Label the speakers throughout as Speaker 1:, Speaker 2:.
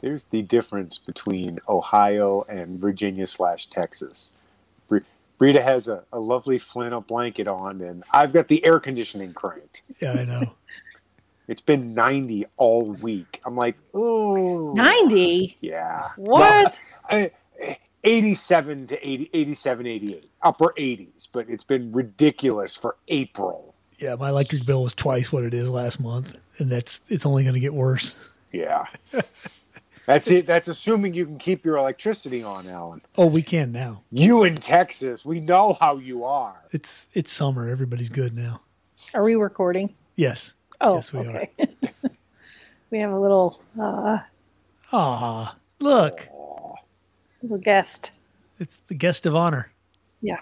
Speaker 1: There's the difference between Ohio and Virginia slash Texas. Bre- Brita has a, a lovely flannel blanket on, and I've got the air conditioning cranked.
Speaker 2: Yeah, I know.
Speaker 1: It's been 90 all week. I'm like, oh,
Speaker 3: 90?
Speaker 1: yeah.
Speaker 3: What?
Speaker 1: I- 87 to 80, 87, 88, upper 80s, but it's been ridiculous for April.
Speaker 2: Yeah, my electric bill was twice what it is last month, and that's it's only going to get worse.
Speaker 1: Yeah. That's it. That's assuming you can keep your electricity on, Alan.
Speaker 2: Oh, we can now.
Speaker 1: You in Texas, we know how you are.
Speaker 2: It's it's summer. Everybody's good now.
Speaker 3: Are we recording?
Speaker 2: Yes.
Speaker 3: Oh,
Speaker 2: Yes, we are.
Speaker 3: okay. we have a little uh,
Speaker 2: Ah, look,
Speaker 3: little guest.
Speaker 2: it's the guest of honor.
Speaker 3: Yeah.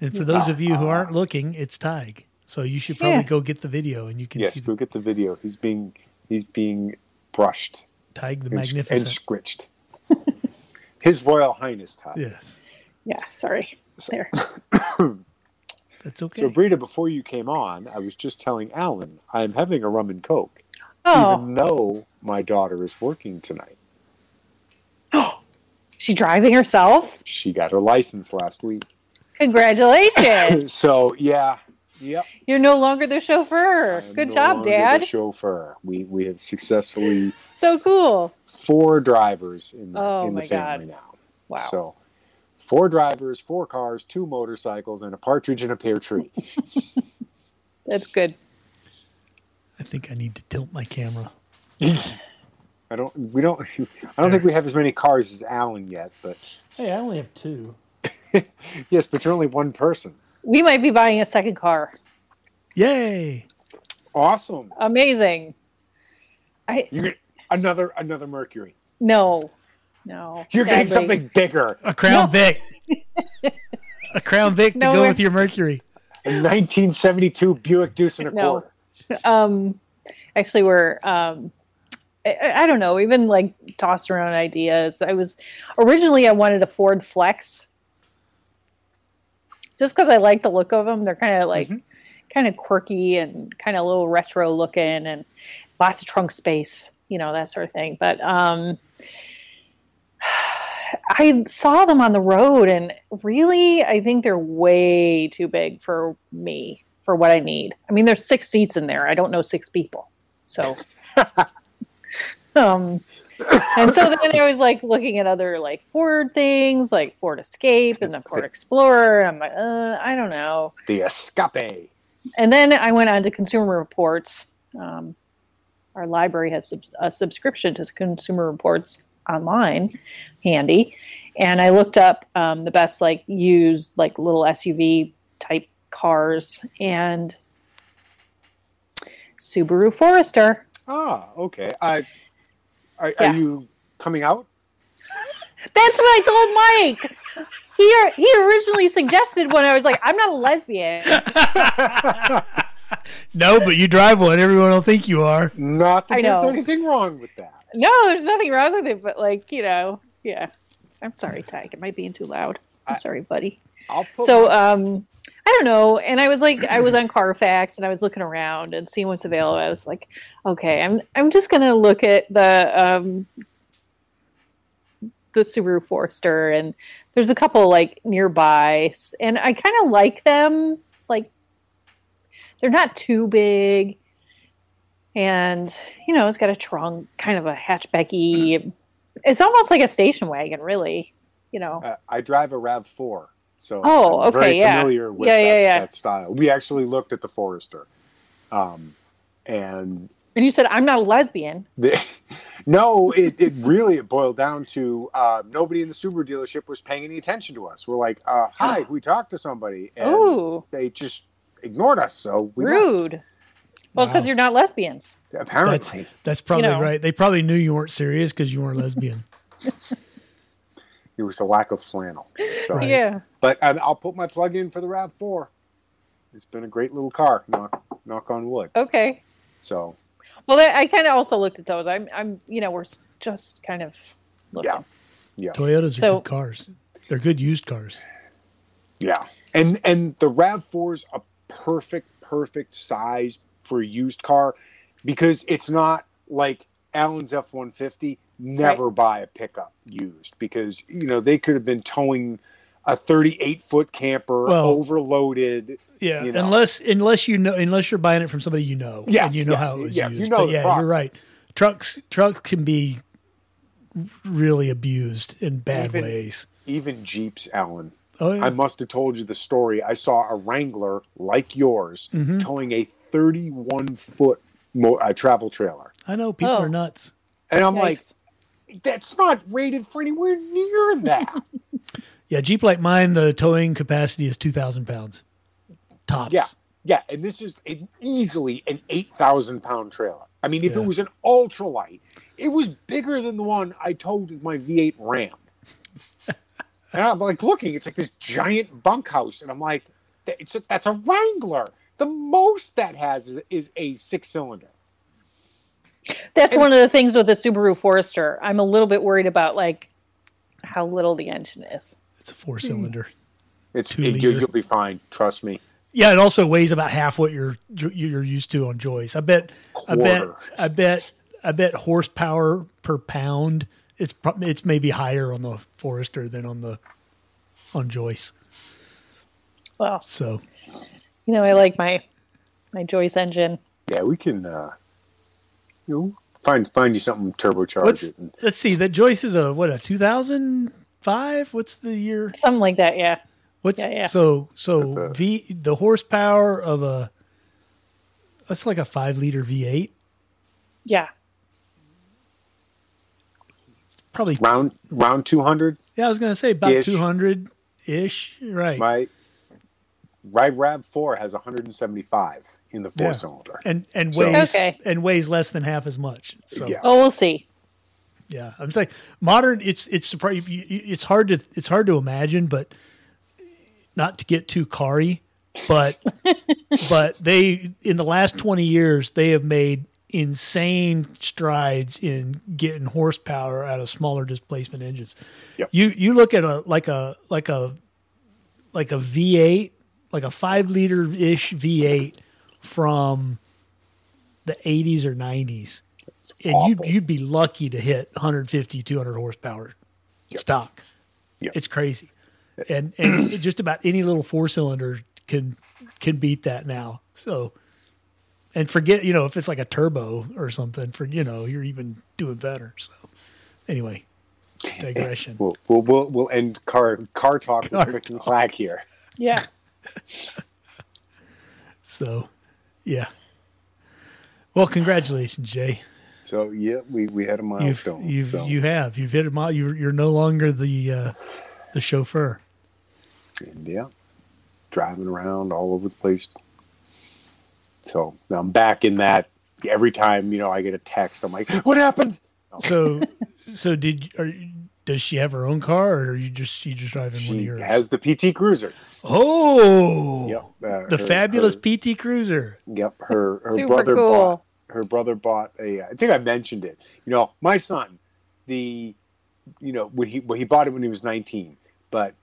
Speaker 2: And for those of you who aren't looking, it's Tig. So you should probably
Speaker 3: Yeah.
Speaker 2: go get the video, and you can
Speaker 1: Yes,
Speaker 2: see
Speaker 1: go
Speaker 2: the,
Speaker 1: get the video. He's being he's being brushed
Speaker 2: Tig the
Speaker 1: and, sc- and
Speaker 2: Magnificent.
Speaker 1: scritched. His Royal Highness time.
Speaker 2: yes,
Speaker 3: Yeah, sorry. There.
Speaker 2: that's okay.
Speaker 1: So Brita, before you came on, I was just telling Alan I'm having a rum and coke,
Speaker 3: Oh,
Speaker 1: even though my daughter is working tonight.
Speaker 3: she driving herself?
Speaker 1: She got her license last week.
Speaker 3: Congratulations.
Speaker 1: So yeah, yep.
Speaker 3: You're no longer the chauffeur.
Speaker 1: I'm
Speaker 3: Good
Speaker 1: no
Speaker 3: job,
Speaker 1: longer
Speaker 3: Dad.
Speaker 1: The chauffeur. We we have successfully
Speaker 3: so cool.
Speaker 1: four drivers in the,
Speaker 3: Oh,
Speaker 1: in the
Speaker 3: my
Speaker 1: family
Speaker 3: God.
Speaker 1: now.
Speaker 3: Wow.
Speaker 1: So four drivers, four cars, two motorcycles, and a partridge in a pear tree.
Speaker 3: That's good.
Speaker 2: I think I need to tilt my camera.
Speaker 1: I don't. We don't. I don't think we have as many cars as Alan yet. But
Speaker 2: Hey, I only have two.
Speaker 1: yes, but you're only one person.
Speaker 3: We might be buying a second car.
Speaker 2: Yay!
Speaker 1: Awesome.
Speaker 3: Amazing. I
Speaker 1: You get another another Mercury.
Speaker 3: no. No.
Speaker 1: You're getting
Speaker 3: sadly.
Speaker 1: something bigger.
Speaker 2: A Crown
Speaker 3: No.
Speaker 2: Vic. a Crown Vic to
Speaker 3: No,
Speaker 2: go
Speaker 3: we're-
Speaker 2: with your Mercury.
Speaker 1: A 1972 Buick Deuce and a
Speaker 3: No.
Speaker 1: quarter.
Speaker 3: um actually we're um I, I- I don't know we've been like tossed around ideas i was originally i wanted a ford flex just because i like the look of them they're kind of like kind of quirky and kind of a little retro looking and lots of trunk space you know that sort of thing but um i saw them on the road and really i think they're way too big for me for what i need i mean there's six seats in there i don't know six people so um and so then i was like looking at other like ford things like ford escape and the ford explorer and i'm like uh, i don't know
Speaker 1: The Escape.
Speaker 3: and then I went on to Consumer Reports. Um, our library has subs- a subscription to Consumer Reports online, handy. And I looked up um, the best like used like little SUV type cars and Subaru Forester.
Speaker 1: Ah, okay. I are,
Speaker 3: Yeah.
Speaker 1: are you coming out?
Speaker 3: That's what I told Mike. He, he originally suggested when I was like, I'm not a lesbian.
Speaker 2: No, but you drive one. Everyone will think you are.
Speaker 1: Not that
Speaker 3: I
Speaker 1: there's
Speaker 3: know.
Speaker 1: anything wrong with that.
Speaker 3: No, there's nothing wrong with it, but like, you know, yeah. I'm sorry, Tyke. It might be too loud. I'm
Speaker 1: I-
Speaker 3: sorry, buddy.
Speaker 1: I'll put
Speaker 3: So um I don't know. And I was like I was on Carfax and I was looking around and seeing what's available. I was like, okay, I'm I'm just gonna look at the um the Subaru Forester and there's a couple like nearby s- and I kinda like them. Like they're not too big. And, you know, it's got a trunk, kind of a hatchbacky it's almost like a station wagon, really. You know.
Speaker 1: Uh, I drive a Rav Four, so
Speaker 3: Oh,
Speaker 1: I'm very
Speaker 3: okay, yeah.
Speaker 1: familiar with
Speaker 3: Yeah,
Speaker 1: that,
Speaker 3: yeah, yeah.
Speaker 1: that style. We actually looked at the Forester, um, and
Speaker 3: And you said, I'm not a lesbian.
Speaker 1: the, no, it, it really it boiled down to uh, nobody in the Subaru dealership was paying any attention to us. We're like, uh, "Hi, we talked to somebody," and
Speaker 3: Ah. Ooh,
Speaker 1: they just ignored us. So we left,
Speaker 3: rude. Well, because
Speaker 2: Wow.
Speaker 3: you're not lesbians.
Speaker 2: That's
Speaker 1: apparently
Speaker 2: that's probably
Speaker 3: know.
Speaker 2: right. They probably knew you weren't serious because you weren't lesbian.
Speaker 1: it was a lack of flannel. So,
Speaker 2: Right.
Speaker 3: Yeah.
Speaker 1: but I, I'll put my plug in for the Rav Four. It's been a great little car. Knock knock on wood.
Speaker 3: Okay.
Speaker 1: So
Speaker 3: Well, that, I kind of also looked at those. I'm, I'm, you know, we're s- just kind of looking.
Speaker 1: Yeah. yeah.
Speaker 2: Toyotas are
Speaker 3: So-
Speaker 2: good cars. They're good used cars.
Speaker 1: Yeah. And and the RAV4 is a perfect perfect size for a used car because it's not like Allen's F one fifty, never buy a pickup used because you know they could have been towing a thirty eight foot camper
Speaker 2: Well-
Speaker 1: overloaded.
Speaker 2: Yeah,
Speaker 1: You know.
Speaker 2: unless unless you know unless you're buying it from somebody you know.
Speaker 1: Yes,
Speaker 2: and you know
Speaker 1: yes,
Speaker 2: how it was
Speaker 1: yeah,
Speaker 2: used.
Speaker 1: you know
Speaker 2: But
Speaker 1: the
Speaker 2: yeah,
Speaker 1: product.
Speaker 2: you're right. Trucks trucks can be really abused in bad
Speaker 1: Even-
Speaker 2: ways.
Speaker 1: Even Jeeps, Allen.
Speaker 2: Oh, yeah.
Speaker 1: I must have told you the story. I saw a Wrangler like yours towing a thirty one foot mo- uh, travel trailer,
Speaker 2: I know people
Speaker 3: Oh.
Speaker 2: are nuts.
Speaker 1: and I'm
Speaker 3: Yikes.
Speaker 1: like, that's not rated for anywhere near that.
Speaker 2: Yeah, Jeep like mine, the towing capacity is two thousand pounds, tops.
Speaker 1: Yeah, yeah, and this is an, easily an eight thousand pound trailer. I mean, if
Speaker 2: Yeah.
Speaker 1: it was an ultralight, it was bigger than the one I towed with my V eight Ram. and I'm like looking, it's like this giant bunkhouse, and I'm like, "Th- it's a, that's a Wrangler. The most that has is, is a six cylinder.
Speaker 3: That's one of the things with the Subaru Forester. I'm a little bit worried about like how little the engine is.
Speaker 2: it's a four cylinder.
Speaker 1: It's
Speaker 2: Two
Speaker 1: it, you,
Speaker 2: liter.
Speaker 1: you'll be fine, trust me.
Speaker 2: Yeah, it also weighs about half what you're you're used to on Joyce. I bet. I bet.
Speaker 1: Quarter.
Speaker 2: I bet. I bet horsepower per pound. It's prob- it's maybe higher on the Forester than on the on Joyce.
Speaker 3: Well,
Speaker 2: So
Speaker 3: you know, I like my my Joyce engine.
Speaker 1: Yeah, we can. uh You know, find find you something turbocharged.
Speaker 2: let's
Speaker 1: it and-
Speaker 2: let's see. That Joyce is a what a two thousand five. What's the year?
Speaker 3: Something like that, yeah.
Speaker 2: What's
Speaker 3: Yeah, yeah.
Speaker 2: so so
Speaker 1: But
Speaker 2: V the horsepower of a that's like a five liter V eight.
Speaker 3: Yeah.
Speaker 2: Probably
Speaker 1: round round two hundred.
Speaker 2: yeah, I was gonna say about
Speaker 1: Ish.
Speaker 2: two hundred ish. Right.
Speaker 1: My my Rab Four has 175 in the four
Speaker 2: Yeah.
Speaker 1: cylinder.
Speaker 2: and and
Speaker 1: So-
Speaker 2: weighs
Speaker 3: Okay.
Speaker 2: and weighs less than half as much. So yeah,
Speaker 1: Yeah.
Speaker 3: Oh, we'll see.
Speaker 2: I'm saying modern. It's it's surpri- if you- you- It's hard to it's hard to imagine, but not to get too carry, but but they in the last twenty years they have made insane strides in getting horsepower out of smaller displacement engines.
Speaker 1: Yep.
Speaker 2: You you look at a like a like a like a V eight like a five liter ish V eight from the 80s or 90s and
Speaker 1: awful.
Speaker 2: you'd, you'd be lucky to hit 150 200 horsepower stock
Speaker 1: Yep.
Speaker 2: it's crazy and and it- just about any little four cylinder can can beat that now so and forget you know if it's like a turbo or something for you know you're even doing better so anyway digression
Speaker 1: We'll, we'll we'll we'll end car car talk
Speaker 2: Car
Speaker 1: with Rick and Clack here.
Speaker 3: Yeah.
Speaker 2: so yeah well congratulations jay
Speaker 1: So yeah, we we had a
Speaker 2: you've,
Speaker 1: milestone.
Speaker 2: you've
Speaker 1: so
Speaker 2: you have you've hit a mile you're, you're no longer the uh the chauffeur
Speaker 1: and, yeah, driving around all over the place. So I'm back in that. Every time you know I get a text, I'm like, "What happened?"
Speaker 2: so so did are, you- does she have her own car or are you just she just driving one of
Speaker 1: She
Speaker 2: yours
Speaker 1: has the PT Cruiser.
Speaker 2: oh
Speaker 1: Yep, uh,
Speaker 2: the
Speaker 1: her-
Speaker 2: fabulous
Speaker 1: her-
Speaker 2: pt cruiser
Speaker 1: Yep, her her
Speaker 3: Super
Speaker 1: brother
Speaker 3: cool.
Speaker 1: bought her brother bought a. I think I mentioned it. You know, my son, the, you know, when he well, he bought it when he was nineteen, but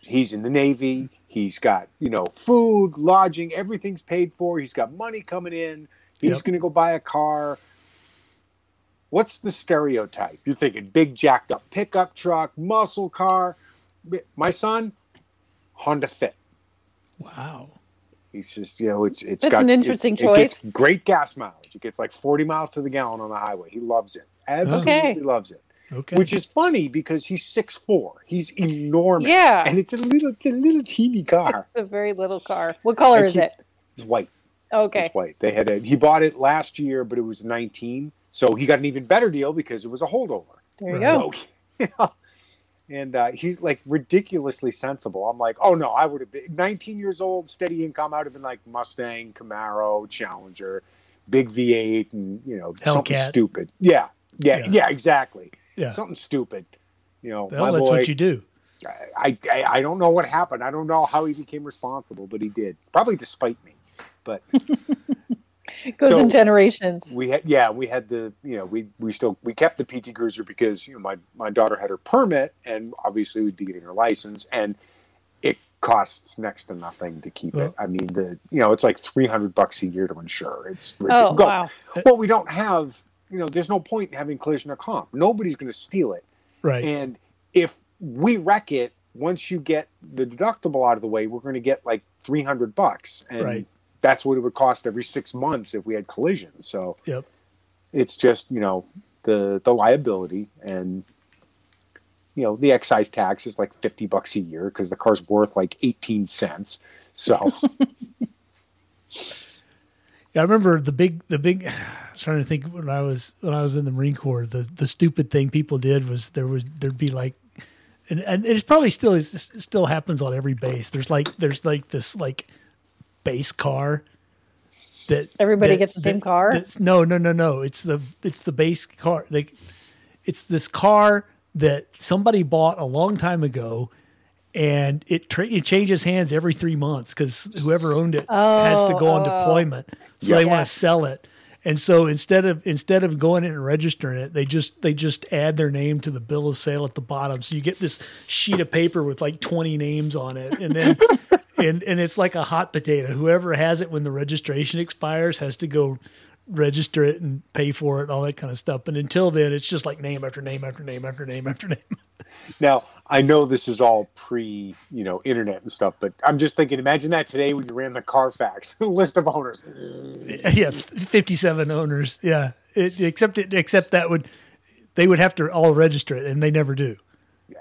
Speaker 1: he's in the navy. He's got you know food, lodging, everything's paid for. He's got money coming in. He's
Speaker 2: Yep.
Speaker 1: going to go buy a car. What's the stereotype? You're thinking big jacked up pickup truck, muscle car. My son, Honda Fit.
Speaker 2: wow
Speaker 1: He's just, you know, it's it's
Speaker 3: That's
Speaker 1: got
Speaker 3: an interesting
Speaker 1: it, it gets
Speaker 3: choice.
Speaker 1: great gas mileage. It gets like forty miles to the gallon on the highway. He loves it. Absolutely
Speaker 3: Okay.
Speaker 1: loves it.
Speaker 2: okay
Speaker 1: Which is funny because he's six four. He's enormous.
Speaker 3: Yeah.
Speaker 1: And it's a little it's a little teeny car.
Speaker 3: It's a very little car. What color
Speaker 1: I
Speaker 3: is
Speaker 1: keep-
Speaker 3: it?
Speaker 1: It's white.
Speaker 3: Okay.
Speaker 1: It's white. They had a, he bought it last year, but it was nineteen. So he got an even better deal because it was a holdover.
Speaker 3: There you
Speaker 2: Right.
Speaker 3: go.
Speaker 1: So, and uh, he's like ridiculously sensible. I'm like, oh no, I would have been 19 years old, steady income. I would have been like Mustang, Camaro, Challenger, big V8, and you know something
Speaker 2: Hellcat.
Speaker 1: stupid. Yeah, yeah,
Speaker 2: Yeah.
Speaker 1: yeah, exactly.
Speaker 2: Yeah.
Speaker 1: something stupid. You know,
Speaker 2: well,
Speaker 1: my
Speaker 2: that's
Speaker 1: boy.
Speaker 2: what you do
Speaker 1: I, I I don't know what happened. I don't know how he became responsible, but he did. Probably despite me. But
Speaker 3: It goes
Speaker 1: So-
Speaker 3: in generations.
Speaker 1: we had yeah we had the you know we we still we kept the pt cruiser because you know my my daughter had her permit and obviously we'd be getting her license and it costs next to nothing to keep
Speaker 2: Well-
Speaker 1: it i mean the you know it's like 300 bucks a year to insure it's
Speaker 3: Oh,
Speaker 1: ridiculous.
Speaker 3: wow.
Speaker 1: well we don't have you know, there's no point in having collision or comp. Nobody's going to steal it.
Speaker 2: right.
Speaker 1: And if we wreck it, once you get the deductible out of the way, we're going to get like 300 bucks. And
Speaker 2: Right.
Speaker 1: that's what it would cost every six months if we had collision. So
Speaker 2: Yep.
Speaker 1: it's just, you know, the, the liability and, you know, the excise tax is like 50 bucks a year because the car's worth like 18 cents. So,
Speaker 2: Yeah, I remember the big the big I was trying to think when I was when I was in the Marine Corps, the the stupid thing people did was there was there'd be like and, and it's probably still it's, it still happens on every base. There's like there's like this like base car that
Speaker 3: Everybody
Speaker 2: that-
Speaker 3: gets the same
Speaker 2: that-
Speaker 3: car?
Speaker 2: that's- No, no, no, no. It's the it's the base car. Like it's this car that somebody bought a long time ago and it tra- it changes hands every three months because whoever owned it has to go on
Speaker 3: Oh, oh.
Speaker 2: deployment, so
Speaker 1: Yeah.
Speaker 2: they want
Speaker 3: Yeah.
Speaker 2: to sell it. And so instead of instead of going in and registering it, they just they just add their name to the bill of sale at the bottom. So you get this sheet of paper with like twenty names on it, and then and and it's like a hot potato. Whoever has it when the registration expires has to go register it and pay for it and all that kind of stuff. And until then, it's just like name after name after name after name after name.
Speaker 1: Now, I know this is all pre, you know, internet and stuff, but I'm just thinking, imagine that today when you ran the Carfax list of owners.
Speaker 2: yeah, fifty-seven owners. Yeah, it, except it, except that would they would have to all register it, and they never do.
Speaker 1: Yeah.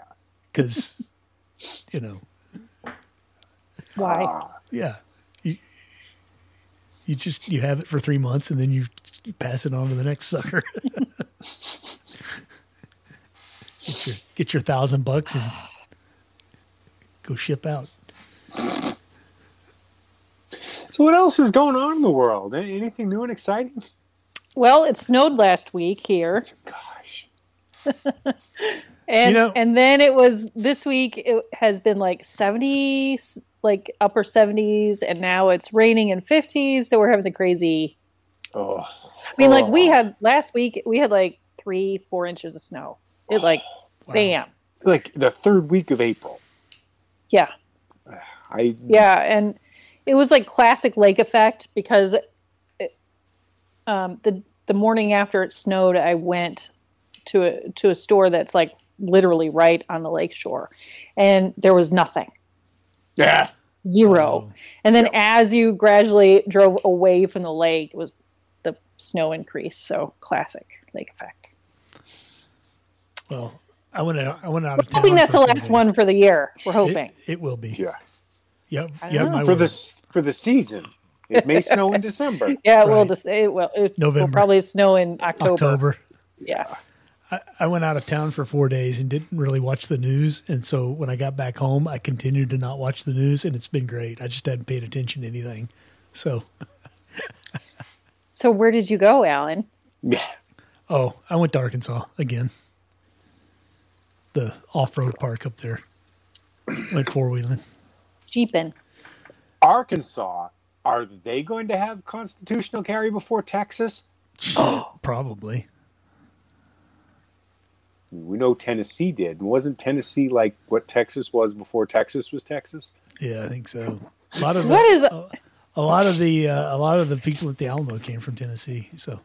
Speaker 2: because you know,
Speaker 3: Why?
Speaker 2: yeah, you, you just you have it for three months, and then you, you pass it on to the next sucker. get your get your thousand bucks and go ship out.
Speaker 1: So, what else is going on in the world? A- Anything new and exciting?
Speaker 3: Well, it snowed last week here.
Speaker 1: Gosh,
Speaker 3: and
Speaker 2: You know-
Speaker 3: and then it was this week it has been like 70s like upper 70s and now it's raining in 50s so we're having the crazy
Speaker 1: oh,
Speaker 3: i mean like we
Speaker 1: Oh.
Speaker 3: had last week we had like three four inches of snow it like
Speaker 2: Wow.
Speaker 3: bam
Speaker 1: like the third week of April.
Speaker 3: yeah
Speaker 1: I
Speaker 3: yeah and it was like classic lake effect because it, um, the the morning after it snowed i went to a to a store that's like literally right on the lake shore and there was nothing
Speaker 1: yeah,
Speaker 3: zero.
Speaker 2: Oh.
Speaker 3: and then
Speaker 1: Yep.
Speaker 3: as you gradually drove away from the lake, it was the snow increased. So classic lake effect.
Speaker 2: Well, I went out, I went out of
Speaker 3: We're
Speaker 2: town.
Speaker 3: hoping that's
Speaker 2: for
Speaker 3: the
Speaker 2: a few
Speaker 3: last
Speaker 2: days.
Speaker 3: one for the year. We're hoping.
Speaker 2: It, it will be.
Speaker 1: yeah.
Speaker 2: Yep.
Speaker 3: I don't
Speaker 2: Yeah.
Speaker 3: know.
Speaker 2: My
Speaker 1: For
Speaker 2: word.
Speaker 1: this for the season, it may snow in December.
Speaker 3: yeah, we'll
Speaker 2: Right.
Speaker 3: just it will. It will
Speaker 2: November.
Speaker 3: probably snow in October.
Speaker 2: October.
Speaker 3: Yeah.
Speaker 2: I, I went out of town for four days and didn't really watch the news. And so when I got back home, I continued to not watch the news, and it's been great. I just hadn't paid attention to anything. So,
Speaker 3: So where did you go, Alan?
Speaker 1: Yeah,
Speaker 2: oh, I went to Arkansas again. The off road park up there. Went four wheeling.
Speaker 3: Jeeping.
Speaker 1: Arkansas. Are they going to have constitutional carry before Texas?
Speaker 2: Probably.
Speaker 1: We know Tennessee did. Wasn't Tennessee like what Texas was before Texas was Texas?
Speaker 2: Yeah, I think so. A lot of the,
Speaker 3: What is?
Speaker 2: a lot of the uh, a lot of the people at the Alamo came from Tennessee. So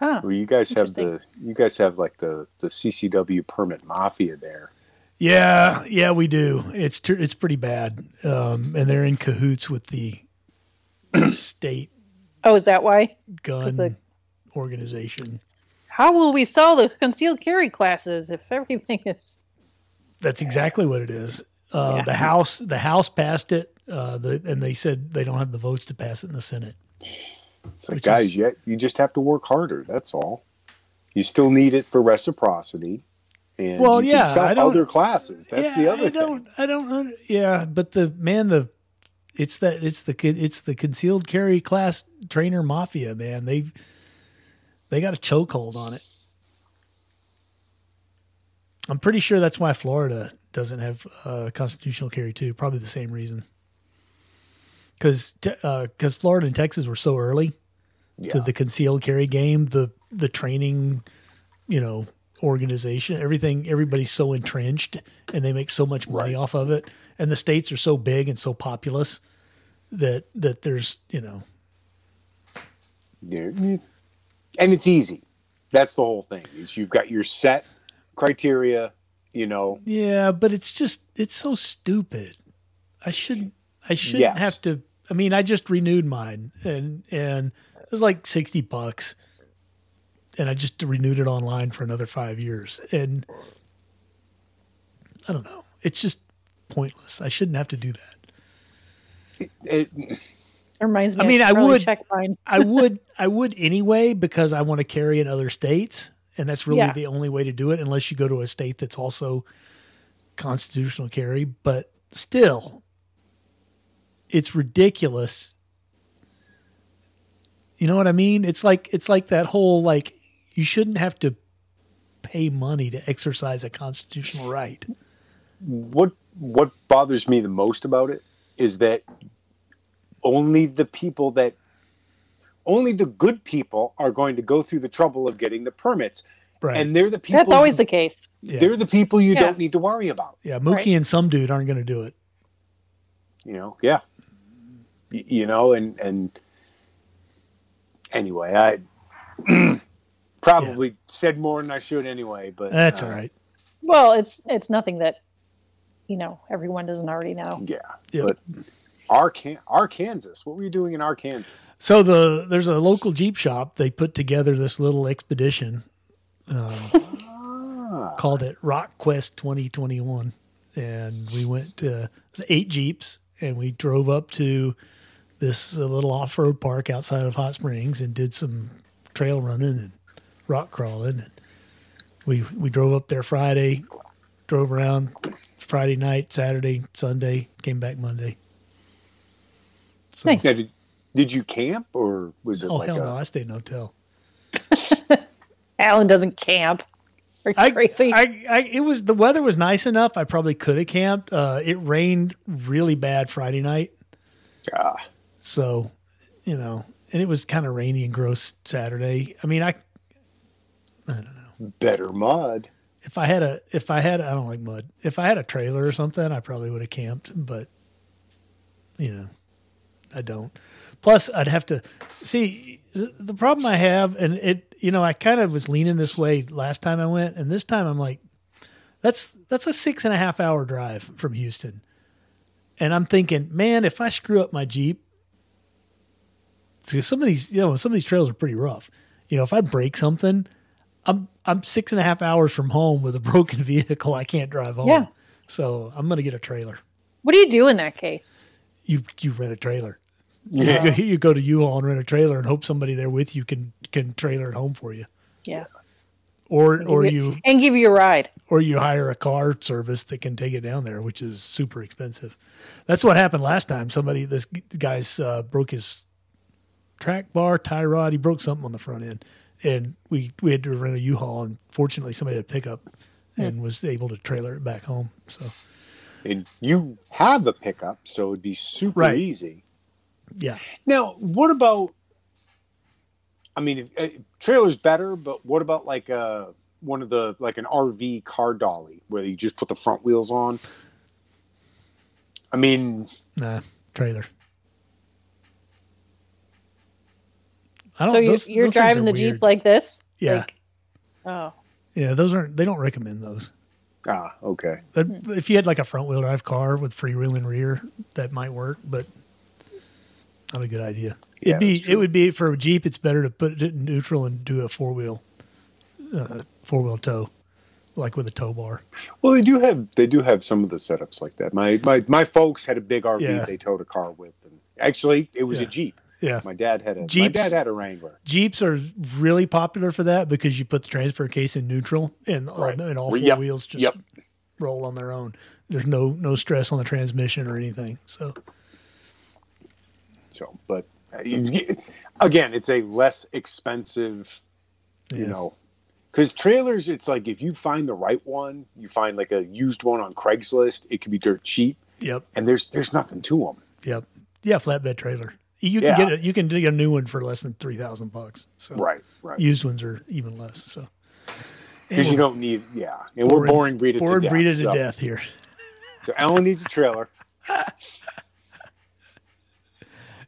Speaker 3: ah,
Speaker 1: Well, you guys have
Speaker 3: Interesting.
Speaker 1: the you guys have like the the CCW permit mafia there.
Speaker 2: Yeah, yeah, we do. It's tr- it's pretty bad, um, and they're in cahoots with the state
Speaker 3: oh, is that why?
Speaker 2: gun
Speaker 3: the-
Speaker 2: organization.
Speaker 3: How will we solve the concealed carry classes if everything is?
Speaker 2: That's exactly what it is. Uh,
Speaker 3: Yeah.
Speaker 2: The house the house passed it, uh, the, and they said they don't have the votes to pass it in the Senate.
Speaker 1: It's like,
Speaker 2: Which
Speaker 1: guys,
Speaker 2: is-
Speaker 1: yet you just have to work harder. That's all. You still need it for reciprocity, and
Speaker 2: Well,
Speaker 1: you
Speaker 2: yeah,
Speaker 1: can sell
Speaker 2: I don't-
Speaker 1: other classes. That's the other
Speaker 2: I don't,
Speaker 1: thing.
Speaker 2: I don't. un- Yeah, but the man, the it's that it's the con- it's the concealed carry class trainer mafia man. They've they got a chokehold on it. I'm pretty sure that's why Florida doesn't have uh, constitutional carry too. Probably the same reason. Because because Florida and Texas were so early to
Speaker 1: Yeah.
Speaker 2: the concealed carry game, the the training, you know, organization, everything, everybody's so entrenched and they make so much money
Speaker 1: Right.
Speaker 2: off of it, and the states are so big and so populous that that there's you know
Speaker 1: You- you- and it's easy. That's the whole thing. Is you've got your set criteria. You know,
Speaker 2: Yeah, but it's just it's so stupid. I shouldn't I shouldn't
Speaker 1: Yes.
Speaker 2: have to I mean, I just renewed mine and and it was like 60 bucks. And I just renewed it online for another 5 years and I don't know. It's just pointless. I shouldn't have to do that.
Speaker 1: it,
Speaker 3: It reminds me.
Speaker 2: I mean,
Speaker 3: should
Speaker 2: I
Speaker 3: probably
Speaker 2: would-
Speaker 3: check mine.
Speaker 2: I would I would anyway because I want to carry in other states, and that's really
Speaker 3: Yeah.
Speaker 2: the only way to do it unless you go to a state that's also constitutional carry. But still, it's ridiculous. You know what I mean? It's like it's like that whole like you shouldn't have to pay money to exercise a constitutional right.
Speaker 1: what what bothers me the most about it is that only the people that only the good people are going to go through the trouble of getting the permits,
Speaker 2: Right.
Speaker 1: and they're the people.
Speaker 3: That's always the case.
Speaker 2: yeah.
Speaker 1: they're the people you
Speaker 3: Yeah.
Speaker 1: don't need to worry about.
Speaker 2: yeah, Mookie
Speaker 3: right.
Speaker 2: and some dude aren't going to do it.
Speaker 1: You know, yeah, Y- you know, and and anyway, I probably said more than I should anyway, but
Speaker 2: That's
Speaker 1: uh,
Speaker 2: all right.
Speaker 3: Well, it's it's nothing that you know everyone doesn't already know.
Speaker 1: Yeah,
Speaker 2: Yeah.
Speaker 1: but Arkan- Arkansas, what were you doing in Arkansas?
Speaker 2: So the there's a local Jeep shop. They put together this little expedition, um,
Speaker 1: Ah,
Speaker 2: called it Rock Quest 2021, and we went to it was eight Jeeps, and we drove up to this uh, little off road park outside of Hot Springs and did some trail running and rock crawling. And we we drove up there Friday, drove around Friday night, Saturday, Sunday, came back Monday. So,
Speaker 3: Nice.
Speaker 1: Now, did, did you camp or was it
Speaker 2: Oh
Speaker 1: like
Speaker 2: hell
Speaker 1: a,
Speaker 2: no! I stayed in a hotel.
Speaker 3: Alan doesn't camp. Are you
Speaker 2: I,
Speaker 3: crazy?
Speaker 2: I, I, it was the weather was nice enough. I probably could have camped. Uh, it rained really bad Friday night,
Speaker 1: Ah,
Speaker 2: so you know, and it was kind of rainy and gross Saturday. I mean, I
Speaker 1: better mud?
Speaker 2: if I had a if I had I don't like mud. If I had a trailer or something, I probably would have camped. But you know, I don't. Plus, I'd have to see the problem I have, and it you know I kind of was leaning this way last time I went, and this time I'm like, that's that's a six and a half hour drive from Houston, and I'm thinking, man, if I screw up my Jeep, see, some of these you know some of these trails are pretty rough. You know, if I break something, I'm I'm six and a half hours from home with a broken vehicle. I can't drive home.
Speaker 3: Yeah.
Speaker 2: So I'm gonna get a trailer.
Speaker 3: what do you do in that case?
Speaker 2: You you rent a trailer.
Speaker 1: Yeah.
Speaker 2: You, go, you go to U-Haul and rent a trailer and hope somebody there with you can can trailer it home for you.
Speaker 3: Yeah,
Speaker 2: Or or
Speaker 3: Give-
Speaker 2: you
Speaker 3: and give you a ride.
Speaker 2: or you hire a car service that can take it down there, which is super expensive. That's what happened last time. Somebody this guy's uh, broke his track bar tie rod. He broke something on the front end, and we we had to rent a U-Haul. And fortunately, somebody had a pickup and was able to trailer it back home. So
Speaker 1: And you have a pickup, so it'd be super
Speaker 2: Right.
Speaker 1: easy.
Speaker 2: yeah,
Speaker 1: Now, what about? I mean, uh, trailer's better, but what about like uh one of the like an RV car dolly where you just put the front wheels on? I mean,
Speaker 2: nah, trailer. I
Speaker 3: So you're,
Speaker 2: those-
Speaker 3: you're
Speaker 2: those things
Speaker 3: driving
Speaker 2: are
Speaker 3: the
Speaker 2: weird.
Speaker 3: jeep like this.
Speaker 2: Yeah.
Speaker 3: Like, oh,
Speaker 2: yeah, those aren't. They don't recommend those.
Speaker 1: ah, okay,
Speaker 2: That- If you had like a front wheel drive car with freewheel and rear, that might work, but not a good idea.
Speaker 1: Yeah,
Speaker 2: It'd be
Speaker 1: that's true.
Speaker 2: it would be for a Jeep. It's better to put it in neutral and do a four wheel, uh, four wheel tow, like with a tow bar.
Speaker 1: Well, they do have they do have some of the setups like that. My my my folks had a big RV
Speaker 2: Yeah.
Speaker 1: they towed a car with, and actually it was
Speaker 2: Yeah.
Speaker 1: a Jeep.
Speaker 2: Yeah,
Speaker 1: My dad had a
Speaker 2: Jeeps.
Speaker 1: my dad had a Wrangler.
Speaker 2: Jeeps are really popular for that because you put the transfer case in neutral and all,
Speaker 1: Right.
Speaker 2: and all four
Speaker 1: Well, yep,
Speaker 2: wheels just
Speaker 1: yep.
Speaker 2: roll on their own. There's no no stress on the transmission or anything. So
Speaker 1: So, but uh, you- again, it's a less expensive, you
Speaker 2: Yeah.
Speaker 1: know, because trailers. It's like if you find the right one, you find like a used one on Craigslist. It can be dirt cheap,
Speaker 2: yep,
Speaker 1: and there's there's nothing to them.
Speaker 2: yep, yeah, flatbed trailer. You
Speaker 1: Yeah.
Speaker 2: can get a, you can dig a new one for less than three thousand bucks. So
Speaker 1: Right, right.
Speaker 2: used ones are even less. So
Speaker 1: Because you
Speaker 2: Anyway,
Speaker 1: don't need yeah, and we're boring breed it
Speaker 2: bored
Speaker 1: to death.
Speaker 2: breed it
Speaker 1: so,
Speaker 2: to death here.
Speaker 1: So Alan needs a trailer.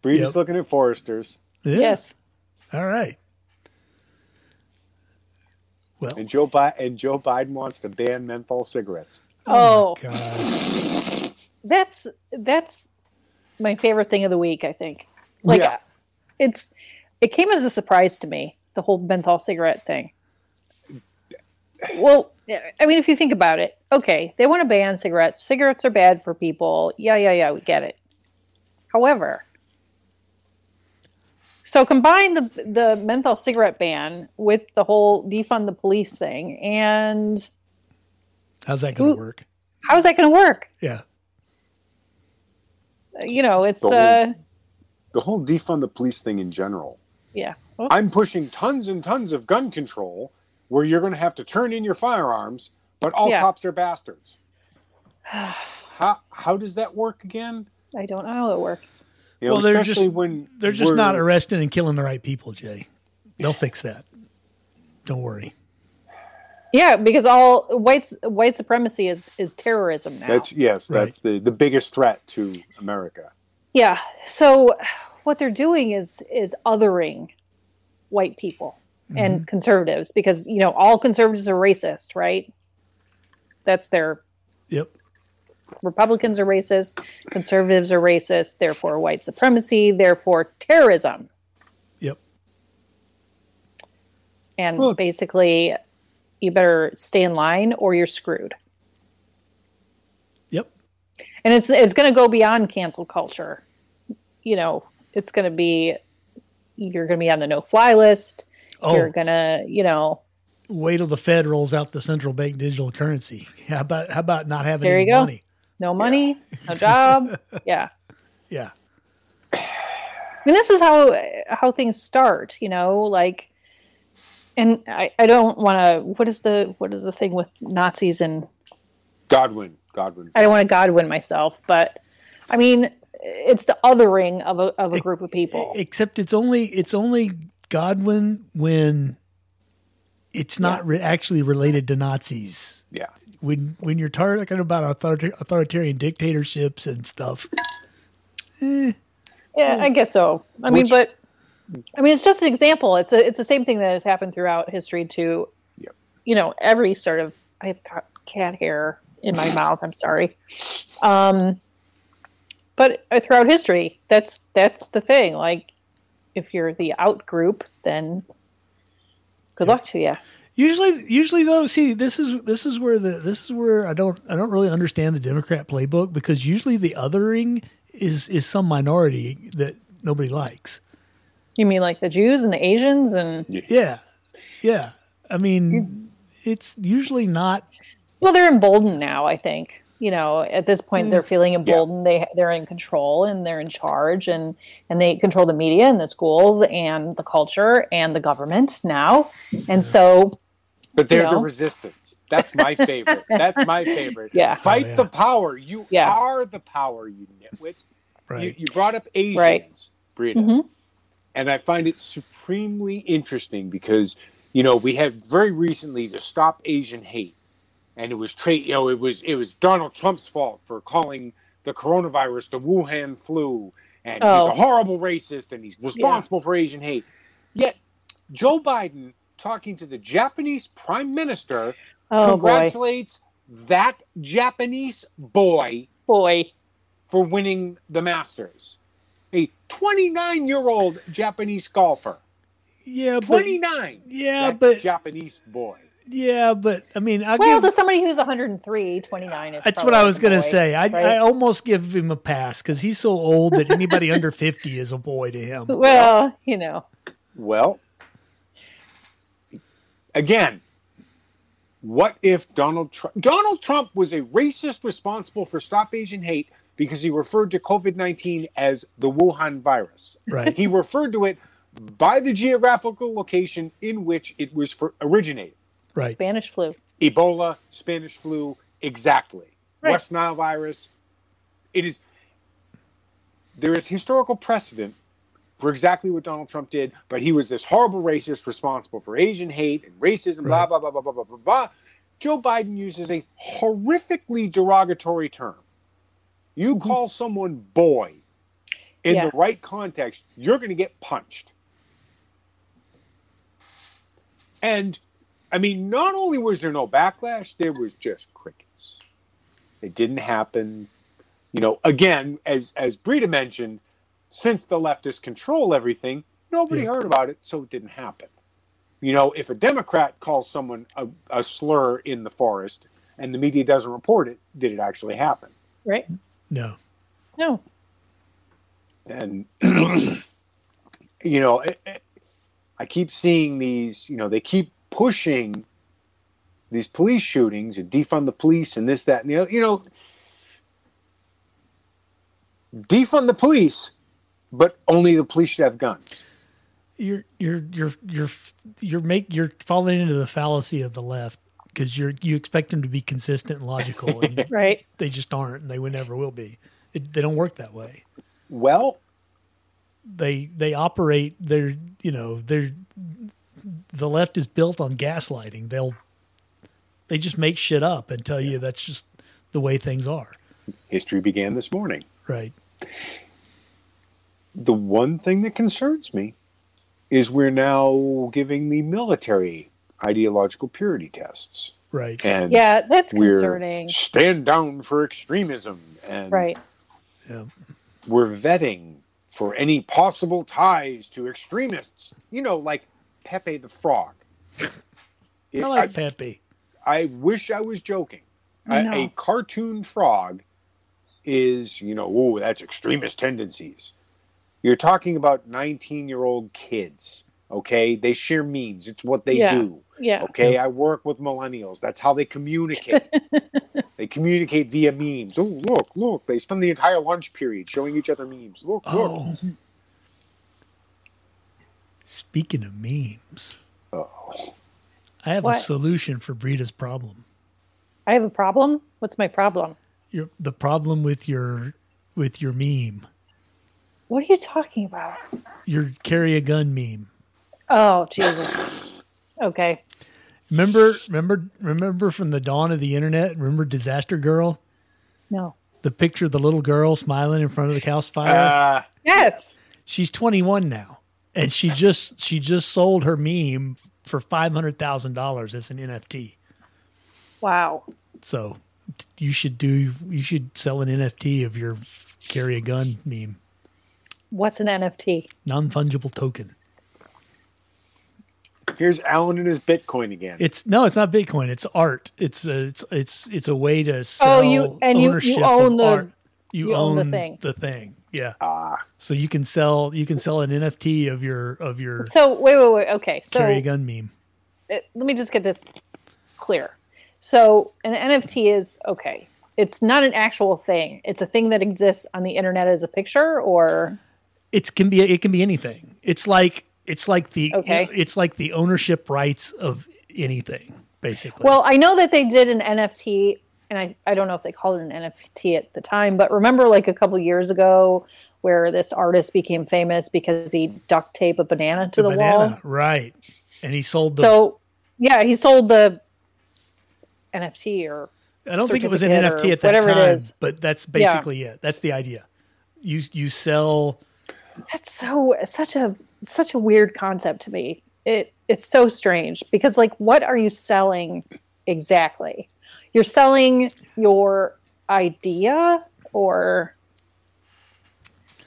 Speaker 1: Breed
Speaker 2: Yep.
Speaker 1: is looking at Foresters.
Speaker 2: Yeah.
Speaker 3: yes.
Speaker 2: All right. Well,
Speaker 1: And Joe Bi- and Joe Biden wants to ban menthol cigarettes.
Speaker 3: Oh,
Speaker 2: my God.
Speaker 3: that's that's my favorite thing of the week. I think. Like, uh,
Speaker 1: Yeah.
Speaker 3: it's it came as a surprise to me the whole menthol cigarette thing. Well, I mean, if you think about it, okay, they want to ban cigarettes. Cigarettes are bad for people. Yeah, yeah, yeah. We get it. However, so combine the the menthol cigarette ban with the whole defund the police thing, and
Speaker 2: how's that going
Speaker 3: Who-
Speaker 2: to work?
Speaker 3: how's that going to work?
Speaker 2: Yeah,
Speaker 3: You know, it's
Speaker 1: Don't-
Speaker 3: uh,
Speaker 1: The whole defund the police thing in general.
Speaker 3: yeah.
Speaker 1: I'm pushing tons and tons of gun control where you're going to have to turn in your firearms, but all
Speaker 3: Yeah.
Speaker 1: cops are bastards. how, how does that work again?
Speaker 3: I don't know how it works.
Speaker 1: You know,
Speaker 2: Well, they're
Speaker 1: especially
Speaker 2: just-
Speaker 1: when
Speaker 2: they're just
Speaker 1: we're-
Speaker 2: not arresting and killing the right people, Jay. They'll fix that. Don't worry.
Speaker 3: Yeah, because all white white supremacy is is terrorism now.
Speaker 1: That's yes,
Speaker 2: Right.
Speaker 1: that's the, the biggest threat to America.
Speaker 3: yeah. So what they're doing is is othering white people and conservatives because you know all conservatives are racist, right? That's their
Speaker 2: Yep.
Speaker 3: Republicans are racist, conservatives are racist, therefore white supremacy, therefore terrorism.
Speaker 2: Yep.
Speaker 3: And
Speaker 1: Well-
Speaker 3: basically you better stay in line or you're screwed.
Speaker 2: Yep.
Speaker 3: and it's it's going to go beyond cancel culture. You know, it's going to be you're going to be on the no fly list. You're
Speaker 2: Oh,
Speaker 3: going to, you know,
Speaker 2: wait till the Fed rolls out the central bank digital currency. How about how about not having
Speaker 3: There
Speaker 2: any
Speaker 3: you go.
Speaker 2: money?
Speaker 3: no money, no job. yeah.
Speaker 2: Yeah.
Speaker 3: I mean, this is how how things start, you know, like and I, I don't want to what is the what is the thing with Nazis and
Speaker 1: Godwin, Godwin.
Speaker 3: I don't want to Godwin myself, but I mean, it's the othering of a of a group of people.
Speaker 2: E-, Except it's only it's only Godwin when it's not re- actually related to Nazis.
Speaker 1: Yeah.
Speaker 2: When when you're talking about authorita- authoritarian dictatorships and stuff,
Speaker 3: Yeah, I guess so. I mean,
Speaker 1: Which-
Speaker 3: but I mean, it's just an example. It's a, it's the same thing that has happened throughout history to,
Speaker 1: Yep.
Speaker 3: you know, every sort of. I have got cat hair in my mouth. I'm sorry, um, but uh, throughout history, that's that's the thing. Like, if you're the out group, then good luck to you.
Speaker 2: Usually, usually though, see this is this is where the this is where I don't I don't really understand the Democrat playbook because usually the othering is is some minority that nobody likes.
Speaker 3: You mean like the Jews and the Asians and
Speaker 2: Yeah, yeah. I mean, it's usually not.
Speaker 3: Well, they're emboldened now. I think you know at this
Speaker 2: Hmm.
Speaker 3: point they're feeling emboldened. They they're in control and they're in charge and and they control the media and the schools and the culture and the government now.
Speaker 2: Hmm.
Speaker 3: And so
Speaker 1: But they're the
Speaker 3: know?
Speaker 1: resistance. That's my favorite. That's my favorite.
Speaker 3: Yeah.
Speaker 1: Fight
Speaker 2: Oh, yeah.
Speaker 1: the power. You
Speaker 3: Yeah.
Speaker 1: are the power, you nitwits. You,
Speaker 2: Right.
Speaker 1: you brought up Asians,
Speaker 3: Right.
Speaker 1: Brita.
Speaker 3: mm-hmm.
Speaker 1: And I find it supremely interesting because, you know, we had very recently the Stop Asian Hate. And it was trade, you know, it was it was Donald Trump's fault for calling the coronavirus the Wuhan flu, and
Speaker 3: Oh.
Speaker 1: he's a horrible racist, and he's responsible for Asian hate. Yet, Joe Biden talking to the Japanese Prime Minister
Speaker 3: oh boy,
Speaker 1: congratulates that Japanese boy
Speaker 3: boy,
Speaker 1: for winning the Masters. A 29 year old Japanese golfer.
Speaker 2: Yeah, but
Speaker 1: 29.
Speaker 2: yeah,
Speaker 1: That
Speaker 2: but
Speaker 1: Japanese boy.
Speaker 2: yeah, but I mean, I
Speaker 3: well,
Speaker 2: give.
Speaker 3: to somebody who's 103, 29 is.
Speaker 2: That's what
Speaker 3: probably
Speaker 2: I was
Speaker 3: a
Speaker 2: gonna
Speaker 3: boy,
Speaker 2: say. I
Speaker 3: right?
Speaker 2: I almost give him a pass because he's so old that anybody under fifty is a boy to him.
Speaker 3: well, you know,
Speaker 1: Well, again, what if Donald Trump Donald Trump was a racist responsible for Stop Asian Hate because he referred to COVID-19 as the Wuhan virus.
Speaker 2: Right.
Speaker 1: He referred to it by the geographical location in which it was for, originated.
Speaker 2: Right.
Speaker 3: Spanish flu.
Speaker 1: Ebola, Spanish flu, exactly.
Speaker 3: Right.
Speaker 1: West Nile virus. It is there is historical precedent for exactly what Donald Trump did, but he was this horrible racist responsible for Asian hate and racism, blah
Speaker 2: Right.
Speaker 1: blah blah blah blah blah blah blah. Joe Biden uses a horrifically derogatory term. You call someone boy in
Speaker 3: Yeah.
Speaker 1: the right context, you're going to get punched. And I mean, not only was there no backlash, there was just crickets. It didn't happen. You know, again, as as Brita mentioned, since the leftists control everything, nobody
Speaker 2: Yeah.
Speaker 1: heard about it, so it didn't happen. You know, if a Democrat calls someone a, a slur in the forest and the media doesn't report it, did it actually happen?
Speaker 3: right?
Speaker 2: No.
Speaker 3: No.
Speaker 1: and you know it, it- i keep seeing these you know they keep pushing these police shootings and defund the police and this that and the other you know defund the police but only the police should have guns
Speaker 2: you're you're you're you're you're make you're falling into the fallacy of the left because you're you expect them to be consistent and logical and
Speaker 3: Right.
Speaker 2: they just aren't and they would never will be it, they don't work that way
Speaker 1: well
Speaker 2: they they operate they're you know they're the left is built on gaslighting they'll they just make shit up and tell you that's just the way things are
Speaker 1: history began this morning
Speaker 2: right
Speaker 1: the one thing that concerns me is we're now giving the military ideological purity tests
Speaker 2: right
Speaker 1: and
Speaker 3: Yeah, that's
Speaker 1: we're
Speaker 3: concerning.
Speaker 1: stand down for extremism and
Speaker 3: Right.
Speaker 2: yeah.
Speaker 1: we're vetting for any possible ties to extremists you know like pepe the frog It-
Speaker 2: I
Speaker 1: I,
Speaker 2: like Pepe
Speaker 1: I wish i was joking
Speaker 3: I
Speaker 1: a,
Speaker 3: know.
Speaker 1: a cartoon frog is you know oh that's extremist tendencies you're talking about 19 year old kids okay they share memes it's what they
Speaker 3: Yeah.
Speaker 1: do
Speaker 3: Yeah.
Speaker 1: Okay, I work with millennials. That's how they communicate. they communicate via memes. Oh, look, look. They spend the entire lunch period showing each other memes. Look, look.
Speaker 2: oh speaking of memes
Speaker 1: Oh.
Speaker 2: I have a
Speaker 3: What?
Speaker 2: solution for Brita's problem
Speaker 3: I have a problem. What's my problem?
Speaker 2: your the problem with your with your meme
Speaker 3: What are you talking about?
Speaker 2: your carry a gun meme
Speaker 3: Oh, Jesus. Okay.
Speaker 2: remember remember remember from the dawn of the internet remember disaster girl
Speaker 3: No.
Speaker 2: the picture of the little girl smiling in front of the house fire
Speaker 1: Uh,
Speaker 3: Yes.
Speaker 2: she's 21 now and she just she just sold her meme for $500000 as an nft
Speaker 3: Wow.
Speaker 2: so t- you should do you should sell an nft of your carry a gun meme
Speaker 3: What's an NFT?
Speaker 2: non-fungible token
Speaker 1: here's Alan and his Bitcoin again.
Speaker 2: It's no, it's not Bitcoin. It's art. It's a, it's it's it's a way to sell
Speaker 3: Oh, you- and you- you
Speaker 2: ownership
Speaker 3: own
Speaker 2: of
Speaker 3: the-
Speaker 2: art. You, own, the thing. Yeah.
Speaker 1: Ah,
Speaker 2: So you can sell you can sell an NFT of your of your
Speaker 3: So, wait, wait, wait. Okay. So,
Speaker 2: carry a gun meme.
Speaker 3: it- let me just get this clear. So, an NFT is okay. It's not an actual thing. It's a thing that exists on the internet as a picture or
Speaker 2: It can be it can be anything. It's like it's like the
Speaker 3: Okay.
Speaker 2: it's like the ownership rights of anything basically.
Speaker 3: Well, I know that they did an NFT, and I, I don't know if they called it an NFT at the time, but remember like a couple years ago where this artist became famous because he duct taped a banana to the, wall.
Speaker 2: right? And he sold the.
Speaker 3: So, yeah, he sold the NFT or
Speaker 2: I don't think it was an
Speaker 3: certificate
Speaker 2: NFT
Speaker 3: or
Speaker 2: at that
Speaker 3: whatever it
Speaker 2: time,
Speaker 3: is.
Speaker 2: but that's
Speaker 3: Yeah.
Speaker 2: basically it. That's the idea. You you sell
Speaker 3: that's so such a such a weird concept to me. It it's so strange because like what are you selling exactly? You're selling your idea or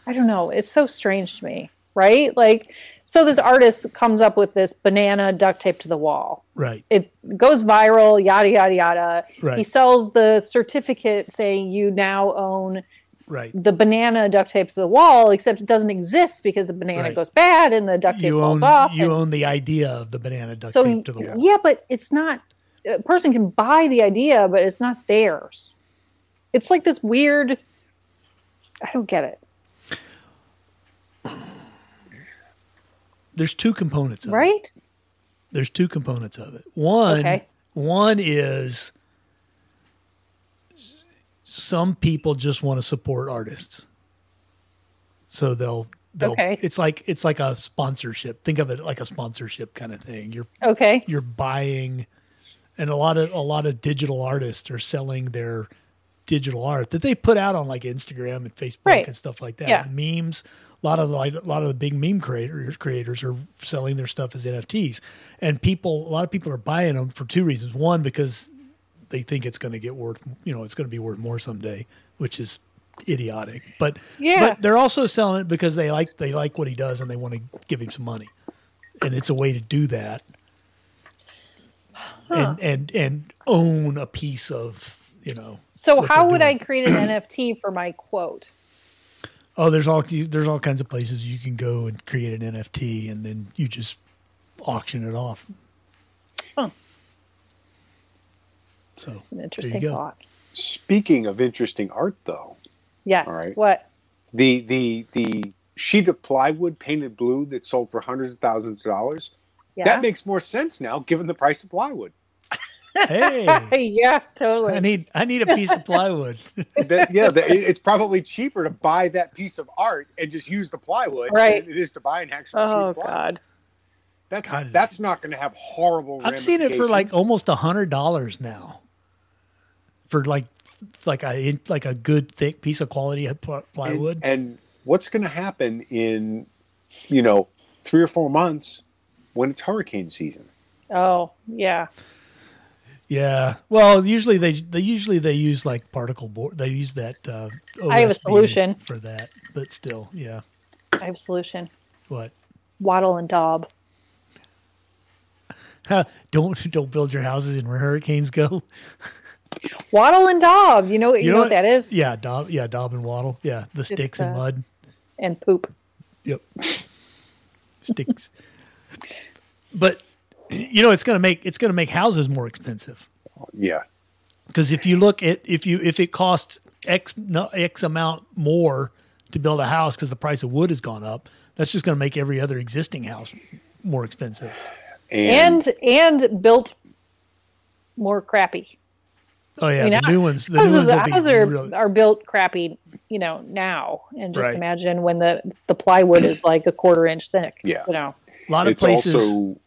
Speaker 3: I don't know. It's so strange to me, right? Like so this artist comes up with this banana duct tape to the wall.
Speaker 2: right
Speaker 3: It goes viral, yada yada yada.
Speaker 2: Right.
Speaker 3: He sells the certificate saying you now own
Speaker 2: right.
Speaker 3: the banana duct taped to the wall, except it doesn't exist because the banana
Speaker 2: Right.
Speaker 3: goes bad and the duct tape
Speaker 2: you
Speaker 3: falls
Speaker 2: own
Speaker 3: off.
Speaker 2: you
Speaker 3: and
Speaker 2: own the idea of the banana duct
Speaker 3: so
Speaker 2: tape to the wall.
Speaker 3: yeah, but it's not. A person can buy the idea, but it's not theirs. It's like this weird. I don't get it.
Speaker 2: There's two components of it.
Speaker 3: Right?
Speaker 2: There's two components of it. One
Speaker 3: Okay.
Speaker 2: one is s- some people just want to support artists. So they'll they'll
Speaker 3: Okay.
Speaker 2: it's like it's like a sponsorship. Think of it like a sponsorship kind of thing. You're
Speaker 3: Okay.
Speaker 2: you're buying and a lot of a lot of digital artists are selling their digital art that they put out on like Instagram and Facebook
Speaker 3: Right.
Speaker 2: and stuff like that.
Speaker 3: Yeah.
Speaker 2: Memes, a lot of like a lot of the big meme creators creators are selling their stuff as NFTs, and people a lot of people are buying them for two reasons. One because they think it's going to get worth you know it's going to be worth more someday, which is idiotic. But
Speaker 3: Yeah.
Speaker 2: but they're also selling it because they like they like what he does and they want to give him some money, and it's a way to do that and and and own a piece of you know.
Speaker 3: So
Speaker 2: what
Speaker 3: how
Speaker 2: they're
Speaker 3: would I
Speaker 2: doing.
Speaker 3: create an NFT for my quote?
Speaker 2: Oh, there's all there's all kinds of places you can go and create an NFT, and then you just auction it off.
Speaker 3: Huh.
Speaker 2: So
Speaker 3: It's an interesting
Speaker 2: go.
Speaker 3: thought.
Speaker 1: Speaking of interesting art, though,
Speaker 3: Yes.
Speaker 1: All right.
Speaker 3: What?
Speaker 1: the the the sheet of plywood painted blue that sold for hundreds of thousands of dollars
Speaker 3: Yeah.
Speaker 1: that makes more sense now given the price of plywood.
Speaker 2: hey,
Speaker 3: yeah, totally.
Speaker 2: I need I need a piece of plywood.
Speaker 1: That- yeah, that, it- it's probably cheaper to buy that piece of art and just use the plywood
Speaker 3: Right.
Speaker 1: than it is to buy an actual sheet
Speaker 3: oh
Speaker 1: of plywood.
Speaker 3: God.
Speaker 1: That's
Speaker 2: God.
Speaker 1: that's not going to have horrible.
Speaker 2: I've seen it for like
Speaker 1: ramifications.
Speaker 2: almost a hundred dollars now. For like like a like a good thick piece of quality pl- plywood.
Speaker 1: And, and what's going to happen in you know three or four months when it's hurricane season?
Speaker 3: Oh yeah.
Speaker 2: Yeah. Well, usually they they usually they use like particle board. They use that. Uh,
Speaker 3: I have a
Speaker 2: OSB
Speaker 3: solution.
Speaker 2: for that, but still, yeah.
Speaker 3: I have a solution.
Speaker 2: What?
Speaker 3: Waddle and Dob.
Speaker 2: don't don't build your houses in where hurricanes go.
Speaker 3: Waddle and Dob. You know you, know, what that is?
Speaker 2: Yeah, Dob. Yeah, Dob and Waddle. Yeah, the sticks and
Speaker 3: uh,
Speaker 2: mud.
Speaker 3: And poop.
Speaker 2: Yep. sticks. But you know, it's gonna make it's gonna make houses more expensive.
Speaker 1: Yeah,
Speaker 2: because if you look at if you if it costs x no, x amount more to build a house because the price of wood has gone up that's just going to make every other existing house more expensive
Speaker 1: and,
Speaker 3: And and built more crappy.
Speaker 2: oh yeah
Speaker 3: mean,
Speaker 2: the
Speaker 3: I-
Speaker 2: new ones the new
Speaker 3: houses,
Speaker 2: ones will be
Speaker 3: houses are,
Speaker 2: really-
Speaker 3: are built crappy, you know, now. And just
Speaker 2: Right.
Speaker 3: imagine when the, the plywood is like a quarter inch thick.
Speaker 1: Yeah.
Speaker 3: You know.
Speaker 2: a lot of
Speaker 1: it's
Speaker 2: places
Speaker 1: also.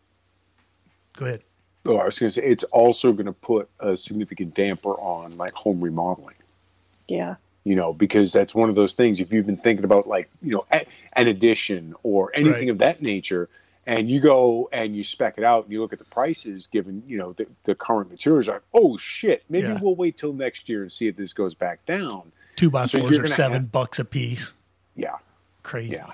Speaker 2: go ahead
Speaker 1: Oh, I was going to say it's also going to put a significant damper on like home remodeling.
Speaker 3: Yeah.
Speaker 1: you know, because that's one of those things. If you've been thinking about like, you know, a- an addition or anything
Speaker 2: Right.
Speaker 1: of that nature, and you go and you spec it out and you look at the prices given, you know, the, the current materials are, oh shit, maybe
Speaker 2: Yeah.
Speaker 1: we'll wait till next year and see if this goes back down.
Speaker 2: two by
Speaker 1: So
Speaker 2: fours
Speaker 1: you're
Speaker 2: are
Speaker 1: gonna
Speaker 2: seven
Speaker 1: have-
Speaker 2: bucks a piece
Speaker 1: Yeah.
Speaker 2: crazy
Speaker 1: Yeah.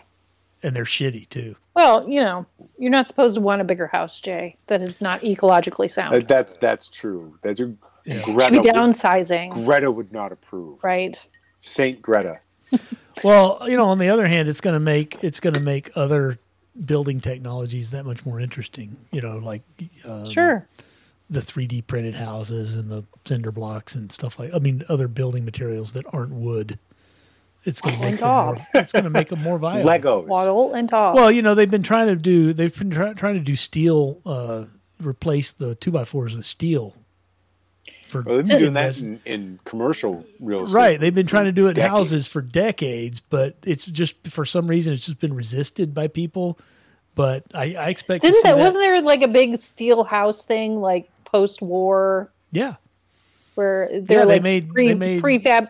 Speaker 2: and they're shitty too
Speaker 3: Well, you know, you're not supposed to want a bigger house, Jay. That is not ecologically
Speaker 1: Uh,
Speaker 3: sound.
Speaker 1: that's that's true. That's a,
Speaker 2: Yeah.
Speaker 3: Should be
Speaker 1: Greta, would,
Speaker 3: downsizing,
Speaker 1: Greta would not approve.
Speaker 3: right?
Speaker 1: Saint Greta.
Speaker 2: well you know on the other hand it's going to make it's going to make other building technologies that much more interesting you know like um,
Speaker 3: Sure.
Speaker 2: the 3D printed houses and the cinder blocks and stuff like I mean other building materials that aren't wood. It's going to make them
Speaker 3: God.
Speaker 2: more, it's going to make them more viable.
Speaker 1: Legos.
Speaker 3: Waddle and dog.
Speaker 2: Well, you know they've been trying to do they've been try, trying to do steel uh, replace the two by fours with steel. For
Speaker 1: Well, they've been doing that
Speaker 2: invest-
Speaker 1: in, in commercial real estate.
Speaker 2: right. They've been trying to do it in
Speaker 1: decades.
Speaker 2: houses for decades, but it's just for some reason it's just been resisted by people. But I, I expect to
Speaker 3: Didn't
Speaker 2: see
Speaker 3: that,
Speaker 2: that
Speaker 3: wasn't there like a big steel house thing like post war
Speaker 2: yeah
Speaker 3: where they're
Speaker 2: Yeah, they
Speaker 3: like
Speaker 2: made-
Speaker 3: pre,
Speaker 2: they made-
Speaker 3: prefab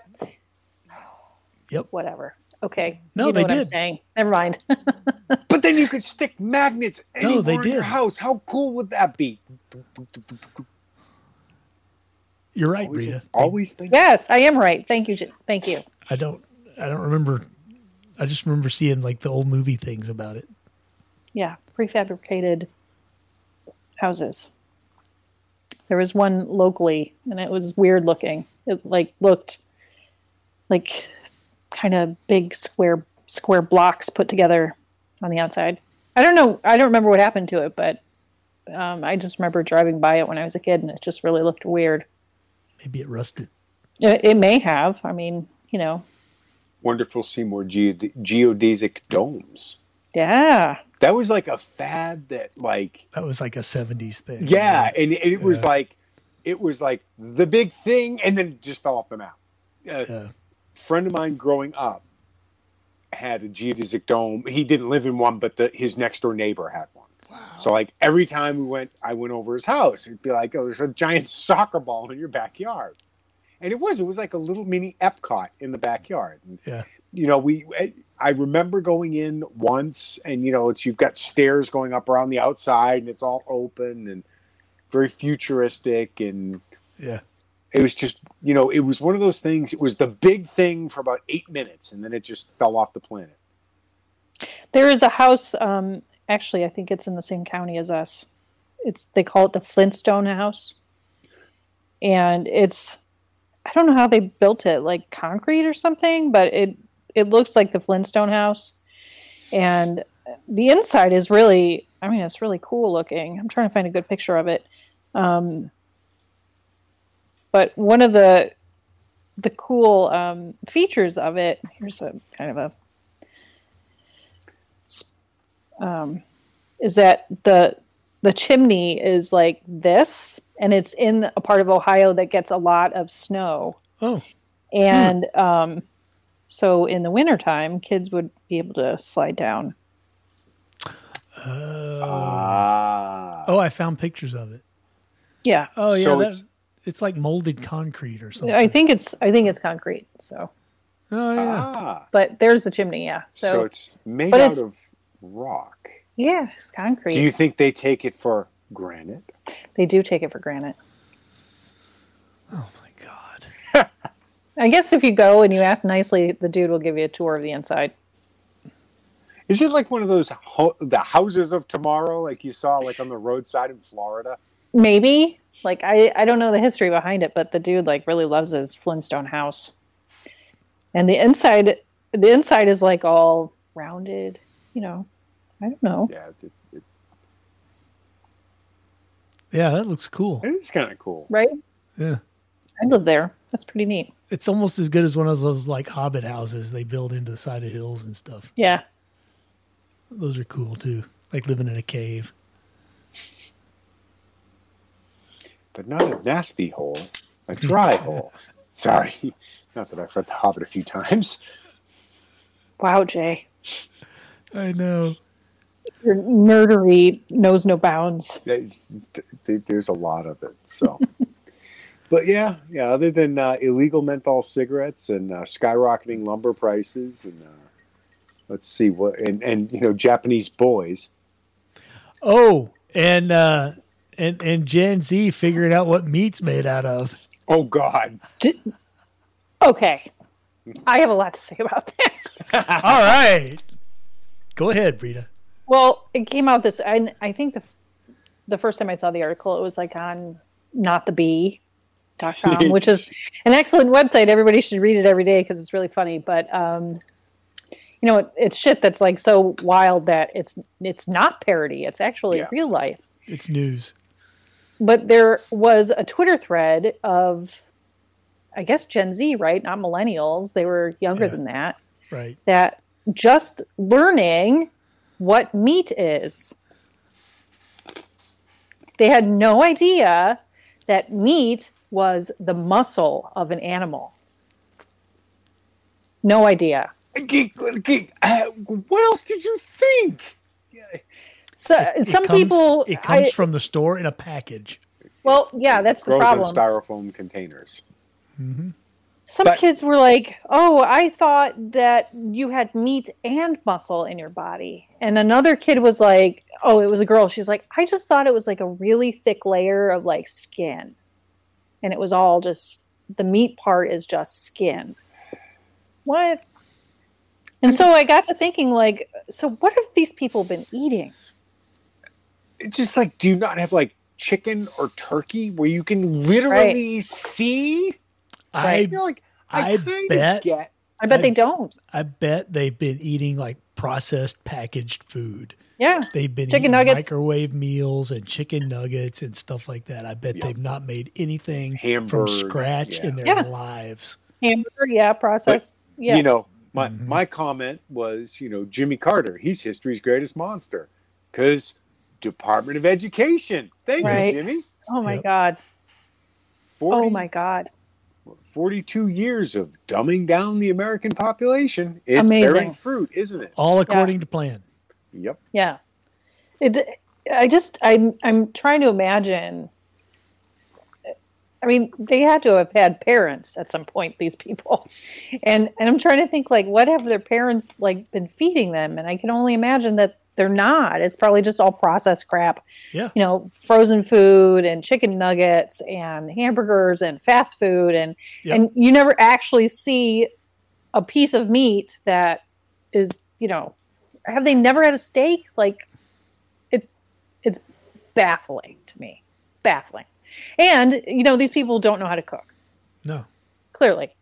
Speaker 2: Yep.
Speaker 3: whatever. Okay.
Speaker 2: No,
Speaker 3: you know
Speaker 2: they
Speaker 3: what I'm
Speaker 2: did.
Speaker 3: saying. Never mind.
Speaker 1: But then you could stick magnets anywhere
Speaker 2: No, they
Speaker 1: in your
Speaker 2: did.
Speaker 1: house. How cool would that be?
Speaker 2: you're right,
Speaker 1: Always,
Speaker 2: Rita. They-
Speaker 1: always think.
Speaker 3: yes, I am right. Thank you. J- Thank you.
Speaker 2: I don't I don't remember. I just remember seeing like the old movie things about it.
Speaker 3: yeah, prefabricated houses. There was one locally, and it was weird looking. It like looked like kind of big square square blocks put together on the outside. I don't know. I don't remember what happened to it, but um, I just remember driving by it when I was a kid, and it just really looked weird.
Speaker 2: Maybe it rusted.
Speaker 3: It, it may have. I mean, you know,
Speaker 1: wonderful Seymour geode- geodesic domes.
Speaker 3: yeah,
Speaker 1: That was like a fad that like
Speaker 2: That was like a '70s thing.
Speaker 1: yeah, and it, it was
Speaker 2: Yeah.
Speaker 1: like it was like the big thing, and then it just fell off the map. Uh, A
Speaker 2: Yeah.
Speaker 1: friend of mine growing up had a geodesic dome. He didn't live in one, but the, his next door neighbor had one. So like every time we went, I went over his house. It'd be like, oh, there's a giant soccer ball in your backyard. and it was it was like a little mini Epcot in the backyard. And,
Speaker 2: Yeah.
Speaker 1: you know we. I- I remember going in once, and you know, it's you've got stairs going up around the outside, and it's all open and very futuristic, and
Speaker 2: Yeah.
Speaker 1: it was just you know it was one of those things it was the big thing for about eight minutes and then it just fell off the planet
Speaker 3: There is a house. Um, actually, I think it's in the same county as us. It's they call it the Flintstone House, and it's I don't know how they built it, like concrete or something, but it it looks like the Flintstone House, and the inside is really I mean it's really cool looking. I'm trying to find a good picture of it, um, but one of the the cool um, features of it here's a kind of a um, is that the the chimney is like this, and it's in a part of Ohio that gets a lot of snow,
Speaker 2: Oh,
Speaker 3: and
Speaker 1: Hmm.
Speaker 3: um, so in the wintertime, kids would be able to slide down.
Speaker 2: uh,
Speaker 1: ah
Speaker 2: oh, I found pictures of it.
Speaker 3: Yeah,
Speaker 2: Oh yeah,
Speaker 1: So
Speaker 2: that, it's,
Speaker 1: it's-
Speaker 2: like molded concrete or something.
Speaker 3: I think it's I think it's concrete. So,
Speaker 2: Oh yeah,
Speaker 1: ah
Speaker 3: but there's the chimney. Yeah,
Speaker 1: so,
Speaker 3: so,
Speaker 1: it's made
Speaker 3: but
Speaker 1: out
Speaker 3: it's-
Speaker 1: of rock
Speaker 3: yeah, it's concrete.
Speaker 1: do you think they take it for granted
Speaker 3: they do take it for granted.
Speaker 2: oh my god.
Speaker 3: I guess if you go and you ask nicely, the dude will give you a tour of the inside.
Speaker 1: is it like one of those ho- the houses of tomorrow like you saw like on the roadside in florida
Speaker 3: maybe like I, I don't know the history behind it but the dude like really loves his flintstone house and the inside the inside is like all rounded you know i don't know
Speaker 1: yeah it, it,
Speaker 2: Yeah, that looks cool.
Speaker 1: it is kind of cool
Speaker 3: right
Speaker 2: Yeah,
Speaker 3: i live there that's pretty neat
Speaker 2: it's almost as good as one of those like Hobbit houses they build into the side of hills and stuff.
Speaker 3: yeah
Speaker 2: Those are cool too. Like living in a cave.
Speaker 1: but not a nasty hole a dry hole sorry not that i've read the hobbit a few times
Speaker 3: wow jay
Speaker 2: I know.
Speaker 3: your nerdery knows no bounds
Speaker 1: there's, th- there's a lot of it. So, but yeah, yeah. Other than uh, illegal menthol cigarettes and uh, skyrocketing lumber prices, and uh, let's see what, and and you know, Japanese boys.
Speaker 2: Oh, and uh, and and Gen Z figuring out what meat's made out of.
Speaker 1: Oh God!
Speaker 3: D- okay i have a lot to say about that
Speaker 2: All right, go ahead, Brita.
Speaker 3: Well, it came out this, and I think the the first time I saw the article, it was like on notthebee.com, which is an excellent website. Everybody should read it every day because it's really funny. But um, you know, it, it's shit that's like so wild that it's it's not parody. It's actually
Speaker 1: Yeah.
Speaker 3: real life
Speaker 2: It's news.
Speaker 3: but there was a Twitter thread of, I guess Gen Z, right? Not millennials. They were younger
Speaker 2: Yeah.
Speaker 3: than that.
Speaker 2: Right.
Speaker 3: That just learning what meat is. They had no idea that meat was the muscle of an animal. No idea.
Speaker 1: Uh, What else did you think?
Speaker 3: So, some
Speaker 2: it comes,
Speaker 3: people,
Speaker 2: It comes
Speaker 3: I-
Speaker 2: from the store in a package.
Speaker 3: well, yeah, that's the
Speaker 1: Grows in
Speaker 3: problem.
Speaker 1: styrofoam containers.
Speaker 2: Mm-hmm.
Speaker 3: Some
Speaker 1: But-
Speaker 3: kids were like, "Oh, I thought that you had meat and muscle in your body." And another kid was like, "Oh, it was a girl." She's like, "I just thought it was like a really thick layer of like skin." And it was all just the meat part is just skin. What? And so I got to thinking like, so what have these people been eating?
Speaker 1: It's just like, do you not have like chicken or turkey where you can literally see?
Speaker 2: I
Speaker 1: You're like, I,
Speaker 2: I
Speaker 1: kind
Speaker 2: bet-
Speaker 1: of get.
Speaker 3: I bet
Speaker 2: I-
Speaker 3: they don't.
Speaker 2: I bet they've been eating like processed packaged food.
Speaker 3: Yeah.
Speaker 2: They've been
Speaker 3: Chicken
Speaker 2: eating
Speaker 3: nuggets.
Speaker 2: microwave meals and chicken nuggets and stuff like that. I bet
Speaker 1: Yeah.
Speaker 2: they've not made anything
Speaker 1: Hamburg,
Speaker 2: from scratch in their
Speaker 3: Yeah.
Speaker 2: lives.
Speaker 3: Hamburger, yeah, processed. Yeah.
Speaker 1: you know my
Speaker 2: Mhm.
Speaker 1: my comment was you know jimmy carter he's history's greatest monster because department of education thank you
Speaker 3: Right.
Speaker 1: jimmy
Speaker 3: oh my
Speaker 2: Yep.
Speaker 3: god.
Speaker 1: 40,
Speaker 3: oh my god.
Speaker 1: 42 years of dumbing down the american population it's
Speaker 3: Amazing.
Speaker 1: bearing fruit isn't it
Speaker 2: All according to plan.
Speaker 1: yep
Speaker 3: Yeah. It I just I'm I'm trying to imagine mean, they had to have had parents at some point. These people, and and I'm trying to think like, what have their parents like been feeding them? And I can only imagine that they're not. It's probably just all processed crap.
Speaker 2: Yeah.
Speaker 3: You know, frozen food and chicken nuggets and hamburgers and fast food and
Speaker 2: Yep.
Speaker 3: and you never actually see a piece of meat that is, you know, have they never had a steak? Like it it's baffling to me. Baffling. And you know, these people don't know how to cook.
Speaker 2: No.
Speaker 3: Clearly.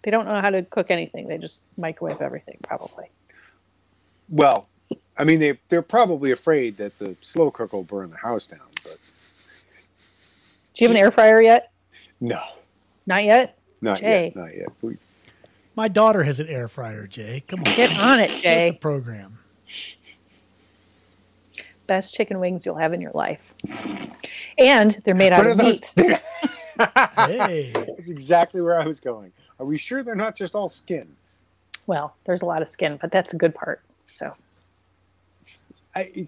Speaker 3: They don't know how to cook anything. They just microwave everything probably.
Speaker 1: Well, I mean, they they're probably afraid that the slow cook will burn the house down, but
Speaker 3: Do you have an air fryer yet?
Speaker 1: no,
Speaker 3: Not yet?
Speaker 1: not
Speaker 3: Jay.
Speaker 1: yet, not yet. We,
Speaker 2: My daughter has an air fryer, Jay. Come on.
Speaker 3: Get on it,
Speaker 2: Get the
Speaker 3: Jay.
Speaker 2: program.
Speaker 3: Best chicken wings you'll have in your life. And they're made out
Speaker 1: what are
Speaker 3: of
Speaker 1: those?
Speaker 3: meat.
Speaker 2: Hey.
Speaker 1: That's exactly where I was going. Are we sure they're not just all skin?
Speaker 3: Well, there's a lot of skin, but that's a good part. So
Speaker 1: I,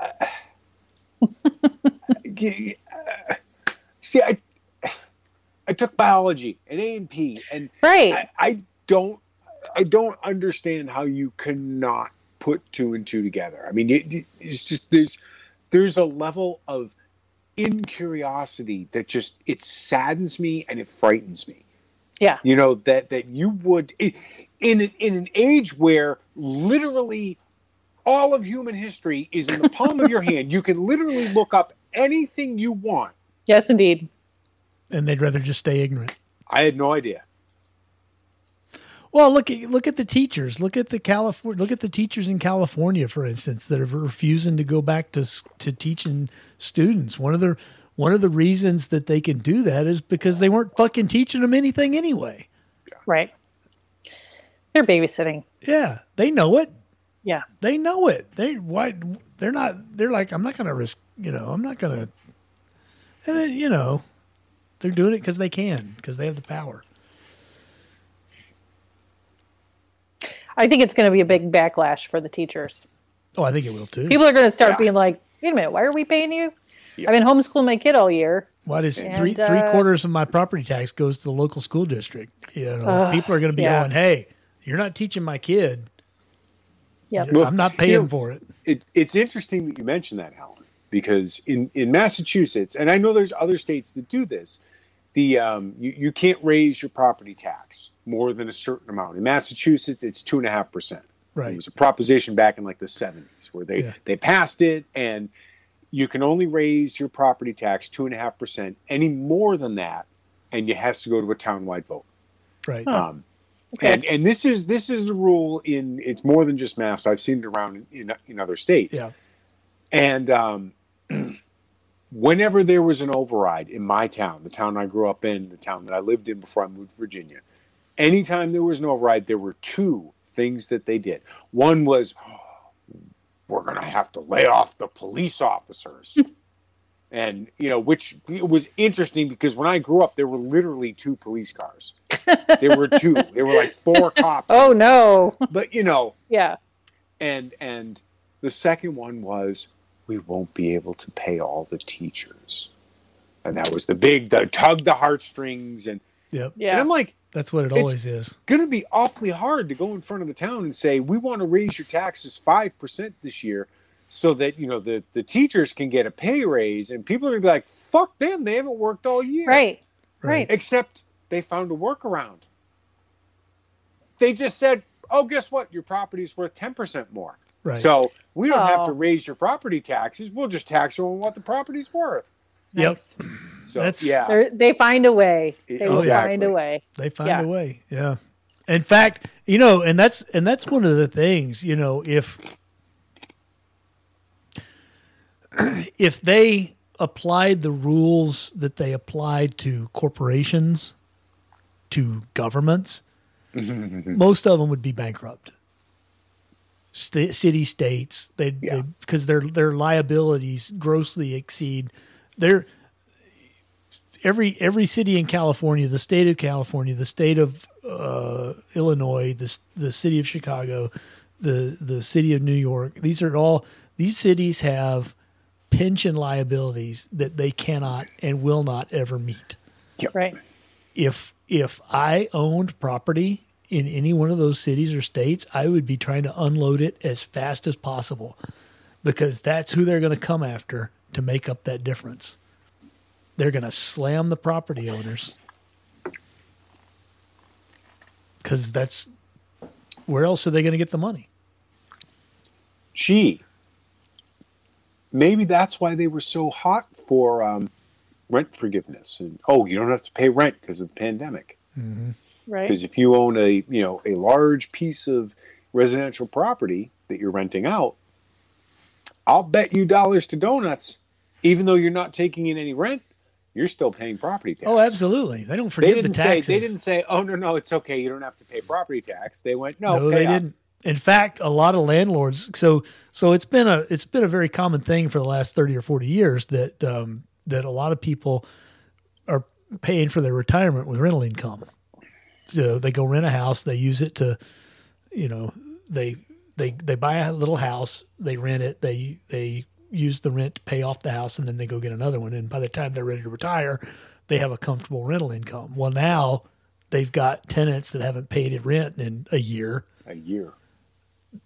Speaker 1: I- I- see, I, I took biology and A and P, and
Speaker 3: Right.
Speaker 1: I, I don't, I don't understand how you cannot put two and two together. I mean, it, it's just there's, there's a level of incuriosity that just it saddens me and it frightens me
Speaker 3: yeah.
Speaker 1: you know that that you would i- in an, in an age where literally all of human history is in the palm of your hand you can literally look up anything you want
Speaker 3: Yes, indeed.
Speaker 2: And they'd rather just stay ignorant.
Speaker 1: i had no idea
Speaker 2: Well, look at look at the teachers. Look at the California. Look at the teachers in California, for instance, that are refusing to go back to s- to teaching students. One of the one of the reasons that they can do that is because they weren't fucking teaching them anything anyway.
Speaker 3: Right. They're babysitting.
Speaker 2: Yeah, they know it.
Speaker 3: Yeah.
Speaker 2: They know it. They why they're not. They're like, I'm not going to risk. You know, I'm not going to. And then, you know, they're doing it because they can, because they have the power.
Speaker 3: I think it's going to be a big backlash for the teachers.
Speaker 2: Oh, I think it will too.
Speaker 3: People are going to start
Speaker 1: Yeah.
Speaker 3: being like, wait a minute, why are we paying you?
Speaker 1: Yeah.
Speaker 3: I've been homeschooling my kid all year.
Speaker 2: Why does
Speaker 3: And,
Speaker 2: three
Speaker 3: uh,
Speaker 2: three quarters of my property tax goes to the local school district? You know,
Speaker 3: Ugh,
Speaker 2: people are going to be
Speaker 3: yeah.
Speaker 2: going, "Hey, you're not teaching my kid.
Speaker 3: Yep.
Speaker 1: Well,
Speaker 2: I'm not
Speaker 1: you
Speaker 2: paying
Speaker 1: know-
Speaker 2: for it."
Speaker 1: it, it's interesting that you mentioned that, Helen, because in, in Massachusetts, and I know there's other states that do this, the um, you, you can't raise your property tax more than a certain amount. In Massachusetts, it's two and a half percent.
Speaker 2: Right.
Speaker 1: It was a proposition back in like the 70s where they,
Speaker 2: Yeah.
Speaker 1: they passed it and you can only raise your property tax two and a half percent any more than that, and it has to go to a townwide vote.
Speaker 2: Right?
Speaker 3: Huh.
Speaker 1: Um, And and this is this is the rule in it's more than just Mass. I've seen it around in, in, in other states.
Speaker 2: Yeah.
Speaker 1: And um, whenever there was an override in my town, the town I grew up in, the town that I lived in before I moved to Virginia, anytime there was an override, there were two things that they did. One was, "Oh, we're going to have to lay off the police officers. and, you know, which it was interesting because when I grew up, there were literally two police cars. there were two. There were like four cops.
Speaker 3: Oh, no.
Speaker 1: But, you know,
Speaker 3: yeah.
Speaker 1: and and the second one was we won't be able to pay all the teachers and that was the big the tug the heartstrings and,
Speaker 2: Yep.
Speaker 1: and
Speaker 3: Yeah.
Speaker 1: i'm like
Speaker 2: That's what it
Speaker 1: It's-
Speaker 2: always is.
Speaker 1: gonna be awfully hard to go in front of the town and say we want to raise your taxes 5% this year so that you know the, the teachers can get a pay raise and people are gonna be like fuck them they haven't worked all year
Speaker 3: Right.
Speaker 2: Right.
Speaker 3: Right.
Speaker 1: except they found a workaround they just said oh guess what your property's worth 10% more
Speaker 2: Right.
Speaker 1: so we don't have to
Speaker 3: Oh.
Speaker 1: raise your property taxes. We'll just tax you on what the property's worth.
Speaker 2: Yep.
Speaker 3: Nice.
Speaker 1: So
Speaker 2: That's-
Speaker 1: yeah,
Speaker 3: They're, they find a way.
Speaker 1: E-
Speaker 3: They will
Speaker 1: exactly.
Speaker 3: find a way.
Speaker 2: they find
Speaker 3: Yeah.
Speaker 2: a way. Yeah. In fact, you know, and that's and that's one of the things, you know, if if they applied the rules that they applied to corporations to governments, most of them would be bankrupt. Sta city states, they
Speaker 1: Yeah.
Speaker 2: because their their liabilities grossly exceed their every every city in California, the state of California, the state of uh, Illinois, the s- the city of Chicago, the the city of New York. These are all these cities have pension liabilities that they cannot and will not ever meet.
Speaker 3: right.
Speaker 2: If if I owned property in any one of those cities or states, I would be trying to unload it as fast as possible because that's who they're going to come after to make up that difference. They're going to slam the property owners because that's where else are they going to get the money?
Speaker 1: Gee, maybe that's why they were so hot for um, rent forgiveness. And oh, you don't have to pay rent because of the pandemic.
Speaker 3: Right.
Speaker 1: Because if you own a you know a large piece of residential property that you're renting out, I'll bet you dollars to donuts, even though you're not taking in any rent, you're still paying property tax.
Speaker 2: Oh, absolutely. They don't
Speaker 1: They
Speaker 2: forget
Speaker 1: didn't
Speaker 2: the taxes.
Speaker 1: say they didn't say, oh no no it's okay you don't have to pay property tax. They went no,
Speaker 2: no,
Speaker 1: pay
Speaker 2: they
Speaker 1: up."
Speaker 2: didn't. In fact, a lot of landlords. So, so it's been a it's been a very common thing for the last thirty or forty years that um, that a lot of people are paying for their retirement with rental income. So they go rent a house, they use it to, you know, they they they buy a little house, they rent it, they they use the rent to pay off the house, and then they go get another one. And by the time they're ready to retire, they have a comfortable rental income. Well, now they've got tenants that haven't paid it rent in a year
Speaker 1: a year.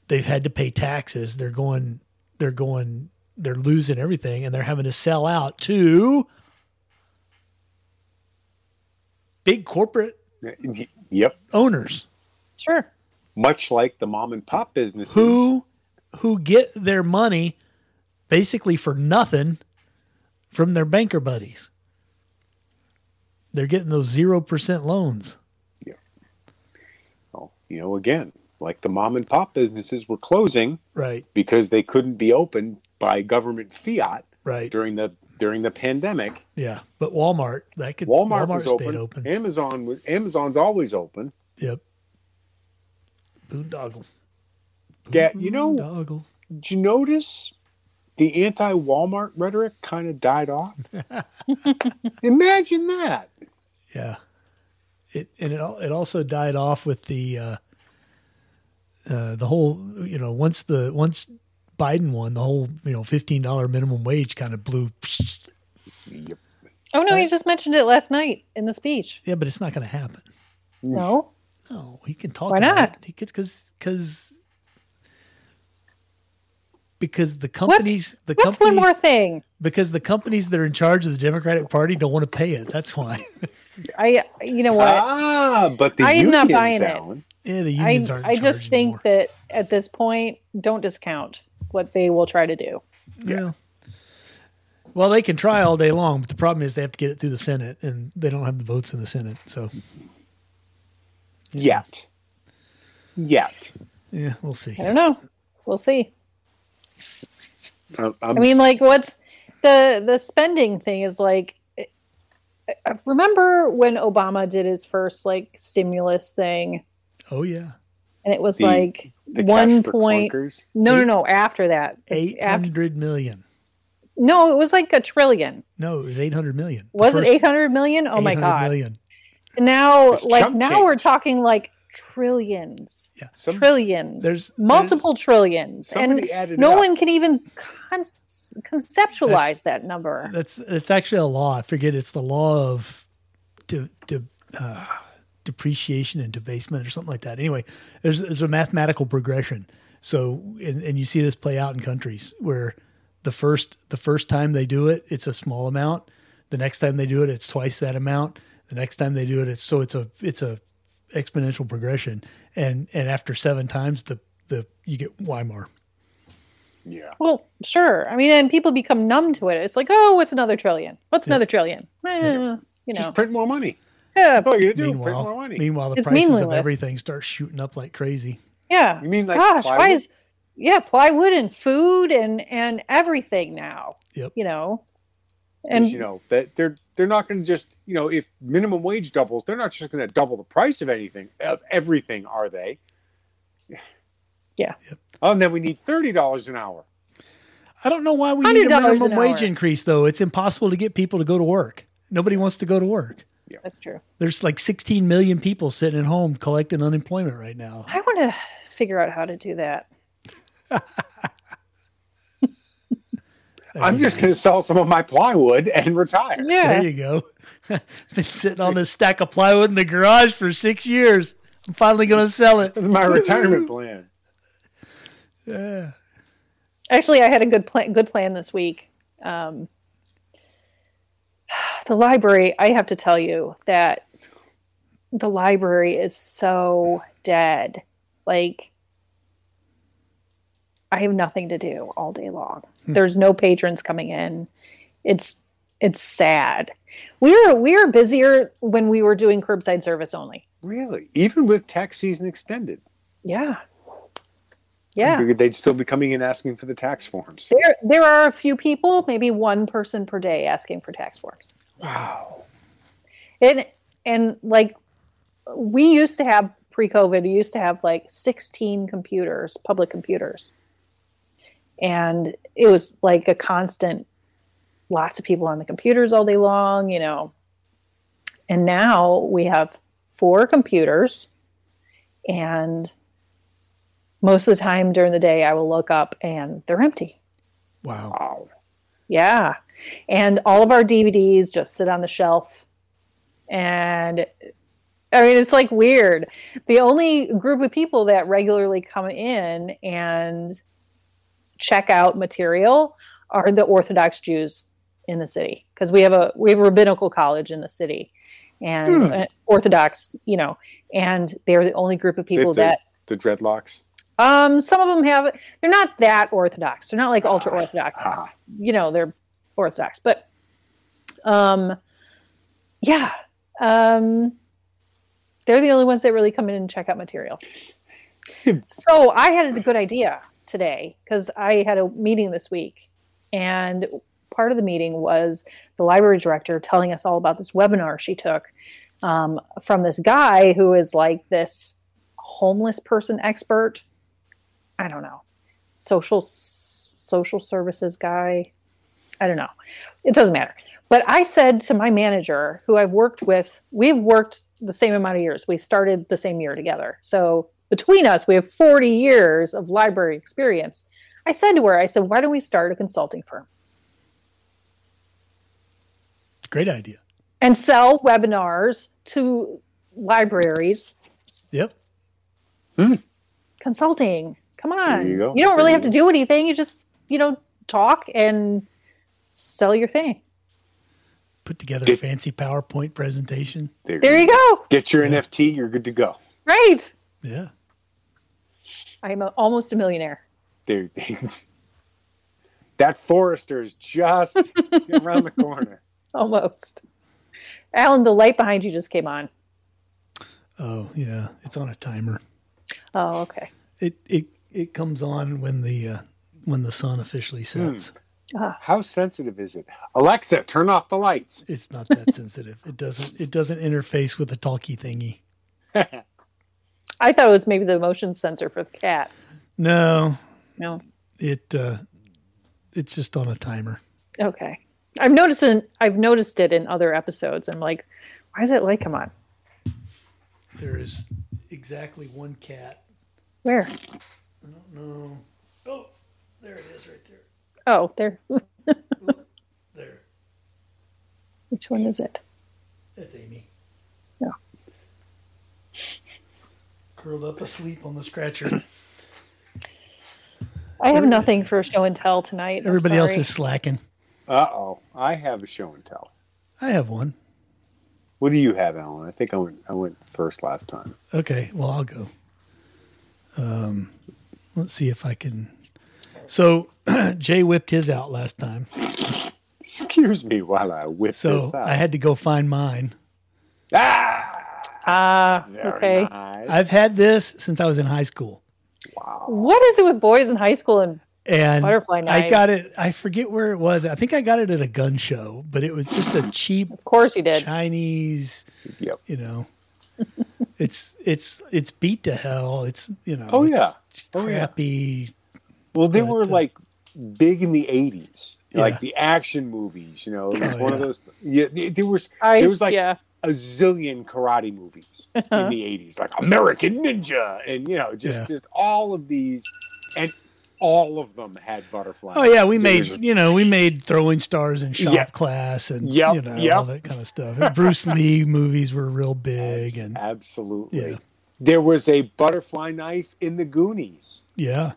Speaker 2: they've had to pay taxes. They're going, they're going, they're losing everything, and they're having to sell out to big corporate
Speaker 1: Yep.
Speaker 2: owners
Speaker 3: Sure.
Speaker 1: Much like the mom and pop businesses.
Speaker 2: who who get their money basically for nothing from their banker buddies. They're getting those zero percent loans.
Speaker 1: Well, Oh, you know, again, like the mom and pop businesses were closing
Speaker 2: Right,
Speaker 1: because they couldn't be opened by government fiat
Speaker 2: right.
Speaker 1: during the during the pandemic.
Speaker 2: Yeah. But Walmart, that could
Speaker 1: Walmart, was
Speaker 2: stayed
Speaker 1: open.
Speaker 2: open.
Speaker 1: Amazon was Amazon's always open.
Speaker 2: Yep. Boondoggle.
Speaker 1: Yeah, you know-
Speaker 2: Boondoggle.
Speaker 1: Did you notice the anti-Walmart rhetoric kind of died off? Imagine that.
Speaker 2: Yeah. It and it al- it also died off with the uh, uh, the whole you know once the once Biden won the whole you know fifteen dollar minimum wage kind of blew.
Speaker 1: Yep.
Speaker 3: Oh no, he just mentioned it last night in the speech.
Speaker 2: Yeah, but it's not going to happen.
Speaker 3: No.
Speaker 2: No, he can talk.
Speaker 3: Why
Speaker 2: about
Speaker 3: not?
Speaker 2: It. He could because because because the
Speaker 3: What's,
Speaker 2: companies the
Speaker 3: what's
Speaker 2: companies
Speaker 3: one more thing?
Speaker 2: because the companies that are in charge of the Democratic Party don't want to pay it. That's why.
Speaker 3: I you know what?
Speaker 1: Ah, but the
Speaker 3: I am
Speaker 1: unions,
Speaker 3: not buying it.
Speaker 1: Alan.
Speaker 2: yeah, the
Speaker 3: I,
Speaker 2: unions aren't. in
Speaker 3: I just
Speaker 2: charge
Speaker 3: think
Speaker 2: anymore.
Speaker 3: that at this point, don't discount what they will try to do.
Speaker 2: Yeah. Well, they can try all day long, but the problem is they have to get it through the Senate, and they don't have the votes in the Senate. So,
Speaker 1: Yet. Yet.
Speaker 2: yeah, we'll see.
Speaker 3: I don't know. We'll see.
Speaker 1: I'm,
Speaker 3: I mean, like, what's the the spending thing is like. I- I Remember when Obama did his first like stimulus thing,
Speaker 2: Oh yeah,
Speaker 3: and it was
Speaker 1: The-
Speaker 3: like
Speaker 1: the
Speaker 3: one
Speaker 1: cash for
Speaker 3: point.
Speaker 1: clunkers.
Speaker 3: No, no,
Speaker 2: Eight-
Speaker 3: no. After that,
Speaker 2: eight
Speaker 3: After,
Speaker 2: hundred million.
Speaker 3: no, it was like a trillion.
Speaker 2: No, it was eight hundred million. The
Speaker 3: Was it
Speaker 2: first
Speaker 3: eight hundred million? Oh my
Speaker 2: 800
Speaker 3: god!
Speaker 2: million.
Speaker 3: Now,
Speaker 1: It's
Speaker 3: like
Speaker 1: chump
Speaker 3: now,
Speaker 1: change.
Speaker 3: we're talking like trillions.
Speaker 1: Some-
Speaker 3: trillions.
Speaker 2: There's-
Speaker 3: multiple trillions, and
Speaker 1: somebody added
Speaker 3: no
Speaker 1: up.
Speaker 3: one can even con- conceptualize
Speaker 2: That's-
Speaker 3: that number.
Speaker 2: That's that's actually a law. I forget it's the law of de, de, uh, depreciation and debasement or something like that. Anyway, there's, there's a mathematical progression. So and, and you see this play out in countries where the first the first time they do it, it's a small amount. The next time they do it, it's twice that amount. The next time they do it, it's so it's a it's a exponential progression. And and after seven times, the the you get Weimar.
Speaker 1: Yeah.
Speaker 3: Well, sure. I mean, and people become numb to it. It's like, oh, what's another trillion? What's another trillion? Eh, You know,
Speaker 1: Just print more money.
Speaker 3: yeah,
Speaker 1: That's all you do. Print more
Speaker 2: Meanwhile,
Speaker 1: money.
Speaker 2: meanwhile, the
Speaker 3: It's
Speaker 2: prices of
Speaker 3: meaningless.
Speaker 2: everything start shooting up like crazy.
Speaker 3: yeah.
Speaker 1: you mean like
Speaker 3: Gosh, why
Speaker 1: plywood?
Speaker 3: is yeah plywood and food and and everything now?
Speaker 2: Yep.
Speaker 3: You know,
Speaker 1: 'Cause,
Speaker 3: and
Speaker 1: you know that they're they're not going to just you know if minimum wage doubles, they're not just going to double the price of anything of everything, are they?
Speaker 3: Yeah.
Speaker 1: Oh, and then we need thirty dollars an hour.
Speaker 2: I don't know why we need a
Speaker 3: $100
Speaker 2: minimum
Speaker 3: an
Speaker 2: wage
Speaker 3: hour.
Speaker 2: increase though. It's impossible to get people to go to work. Nobody wants to go to work.
Speaker 3: that's true.
Speaker 2: There's like 16 million people sitting at home collecting unemployment right now.
Speaker 3: I want to figure out how to do that.
Speaker 1: I'm just going to sell some of my plywood and retire.
Speaker 3: Yeah.
Speaker 2: There you go. Been sitting on this stack of plywood in the garage for six years. I'm finally going to sell it.
Speaker 1: That's my retirement plan.
Speaker 2: Yeah.
Speaker 3: Actually, I had a good plan. Good plan this week. Um, the library. I have to tell you that the library is so dead. Like, I have nothing to do all day long.
Speaker 2: Hmm.
Speaker 3: There's no patrons coming in. It's it's sad. We were we were busier when we were doing curbside service only.
Speaker 1: Really? Even with tax season extended,
Speaker 3: Yeah.
Speaker 1: I
Speaker 3: Yeah.
Speaker 1: figured they'd still be coming in asking for the tax forms.
Speaker 3: There, there are a few people, maybe one person per day, asking for tax forms.
Speaker 1: Wow.
Speaker 3: And and like we used to have pre-COVID, we used to have like sixteen computers, public computers, and it was like a constant, lots of people on the computers all day long, you know. And now we have four computers, and most of the time during the day, I will look up and they're empty.
Speaker 2: Wow.
Speaker 1: Wow.
Speaker 3: Yeah. And all of our DVDs just sit on the shelf. And I mean, it's like weird. The only group of people that regularly come in and check out material are the Orthodox Jews in the city because we have a we have a rabbinical college in the city and
Speaker 1: Hmm.
Speaker 3: uh, Orthodox, you know, and they're the only group of people
Speaker 1: They- they-
Speaker 3: that
Speaker 1: The dreadlocks.
Speaker 3: um, some of them have. They're not that orthodox. They're not like ultra orthodox.
Speaker 1: Ah.
Speaker 3: You know, they're orthodox, but um, yeah, um, they're the only ones that really come in and check out material. so I had a good idea today because I had a meeting this week, and part of the meeting was the library director telling us all about this webinar she took um, from this guy who is like this homeless person expert. I don't know, social s- social services guy. I don't know. It doesn't matter. But I said to my manager, who I've worked with, we've worked the same amount of years. We started the same year together. So between us, we have 40 years of library experience. I said to her, I said, why don't we start a consulting firm?
Speaker 2: It's a great idea.
Speaker 3: and sell webinars to libraries
Speaker 2: Yep.
Speaker 3: consulting come
Speaker 1: There
Speaker 3: on
Speaker 1: you go.
Speaker 3: don't really
Speaker 1: There
Speaker 3: have to do anything you just you know talk and sell your thing
Speaker 2: Put together a
Speaker 1: Did-
Speaker 2: fancy PowerPoint presentation.
Speaker 3: there you go
Speaker 1: Get your NFT, you're good to go.
Speaker 3: right
Speaker 2: Yeah.
Speaker 3: i'm a, almost a millionaire
Speaker 1: There. that forester is just around the corner.
Speaker 3: almost alan the light behind you just came on
Speaker 2: Oh, yeah. It's on a timer.
Speaker 3: oh okay
Speaker 2: It it it comes on when the uh, when the sun officially
Speaker 1: Hmm.
Speaker 2: sets.
Speaker 1: How sensitive is it? Alexa, turn off the lights.
Speaker 2: It's not that sensitive. It doesn't it doesn't interface with the talkie thingy.
Speaker 3: i thought it was maybe the motion sensor for the cat
Speaker 2: No,
Speaker 3: no
Speaker 2: it uh, it's just on a timer.
Speaker 3: okay i've noticed it i've noticed it in other episodes i'm like why is that light come on
Speaker 2: There is exactly one cat.
Speaker 3: where
Speaker 2: I don't know. Oh, there it is right there.
Speaker 3: oh there
Speaker 2: There.
Speaker 3: which one is it
Speaker 2: That's Amy.
Speaker 3: Yeah.
Speaker 2: Curled up asleep on the scratcher.
Speaker 3: I have nothing for show and tell tonight. I'm
Speaker 2: Everybody else
Speaker 3: sorry.
Speaker 2: is slacking.
Speaker 1: Uh oh, I have a show and tell.
Speaker 2: I have one.
Speaker 1: What do you have, Alan? I think I went I went first last time.
Speaker 2: Okay, well I'll go. Um, let's see if I can. So Jay whipped his out last time,
Speaker 1: Excuse me while I whip
Speaker 2: so
Speaker 1: this out.
Speaker 2: I had to go find mine.
Speaker 1: ah,
Speaker 3: Ah,
Speaker 1: very
Speaker 3: okay.
Speaker 1: nice.
Speaker 2: I've had this since I was in high school,
Speaker 1: wow.
Speaker 3: What is it with boys in high school? And
Speaker 2: and
Speaker 3: Butterfly
Speaker 2: I
Speaker 3: knives.
Speaker 2: got it. I forget where it was. I think I got it at a gun show, but it was just a cheap
Speaker 3: of course you did.
Speaker 2: Chinese.
Speaker 1: Yep.
Speaker 2: You know, it's it's it's beat to hell. It's you know.
Speaker 1: Oh,
Speaker 2: it's
Speaker 1: yeah. Oh, yeah.
Speaker 2: crappy.
Speaker 1: Well, they
Speaker 2: But,
Speaker 1: were
Speaker 2: uh,
Speaker 1: like big in the '80s,
Speaker 2: Yeah.
Speaker 1: like the action movies. You know, it was
Speaker 2: Oh,
Speaker 1: one of
Speaker 2: yeah.
Speaker 1: those. Yeah, th- there was
Speaker 3: I,
Speaker 1: there was like
Speaker 3: yeah, Uh-huh.
Speaker 1: a zillion karate movies in the '80s, like American Ninja, and you know, just
Speaker 2: Yeah.
Speaker 1: just all of these. And all of them had butterflies.
Speaker 2: Oh yeah, we
Speaker 1: So
Speaker 2: made
Speaker 1: there's a-
Speaker 2: you know we made throwing stars in shop
Speaker 1: Yeah.
Speaker 2: class and
Speaker 1: Yep,
Speaker 2: you know
Speaker 1: yep.
Speaker 2: all that kind of stuff. And Bruce Lee movies were real big
Speaker 1: Abs-
Speaker 2: and
Speaker 1: Absolutely.
Speaker 2: Yeah.
Speaker 1: There was a butterfly knife in the Goonies.
Speaker 2: yeah.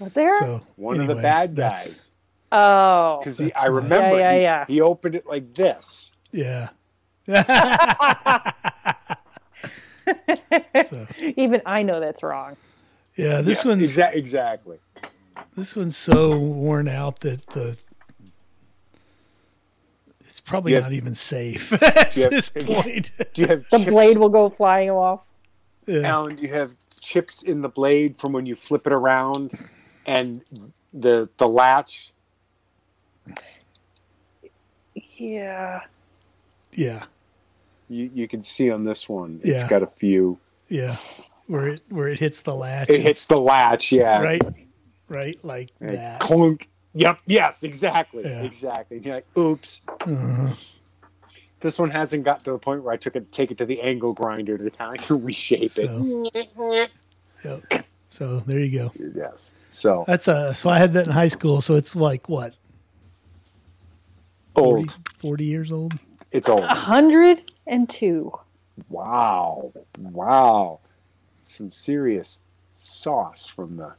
Speaker 3: Was there?
Speaker 2: So
Speaker 1: One of the
Speaker 2: anyway,
Speaker 1: bad
Speaker 2: that's-
Speaker 1: guys.
Speaker 3: oh,
Speaker 1: Because
Speaker 2: That's
Speaker 1: I
Speaker 2: right.
Speaker 1: remember
Speaker 3: Yeah, yeah,
Speaker 1: he-
Speaker 3: yeah.
Speaker 1: He, opened it like this.
Speaker 2: Yeah. so,
Speaker 3: even I know that's wrong.
Speaker 2: yeah, this
Speaker 1: Yeah,
Speaker 2: one's
Speaker 1: exa- exactly.
Speaker 2: this one's so worn out that the it's probably
Speaker 1: Yeah.
Speaker 2: not even safe at
Speaker 1: Yeah.
Speaker 2: this point.
Speaker 1: Do you have
Speaker 3: The
Speaker 1: chips,
Speaker 3: blade will go flying off.
Speaker 2: yeah.
Speaker 1: Alan, do you have chips in the blade from when you flip it around and the the latch?
Speaker 3: Yeah.
Speaker 2: yeah,
Speaker 1: You, you can see on this one.
Speaker 2: Yeah.
Speaker 1: It's got a few.
Speaker 2: yeah, where it where it hits the latch,
Speaker 1: It hits the latch, yeah.
Speaker 2: right, right, like
Speaker 1: And
Speaker 2: that.
Speaker 1: Clunk. Yep. Yes. Exactly.
Speaker 2: Yeah.
Speaker 1: Exactly. And you're like, oops.
Speaker 2: Mhm.
Speaker 1: This one hasn't got to the point where I took it, take it to the angle grinder to kind of reshape it.
Speaker 2: So, yep. so there you go.
Speaker 1: Yes. So
Speaker 2: That's a so I had that in high school. So it's like what
Speaker 1: old.
Speaker 2: 40, 40 years old.
Speaker 1: It's old.
Speaker 3: hundred and two.
Speaker 1: Wow. Wow. Some serious sauce from the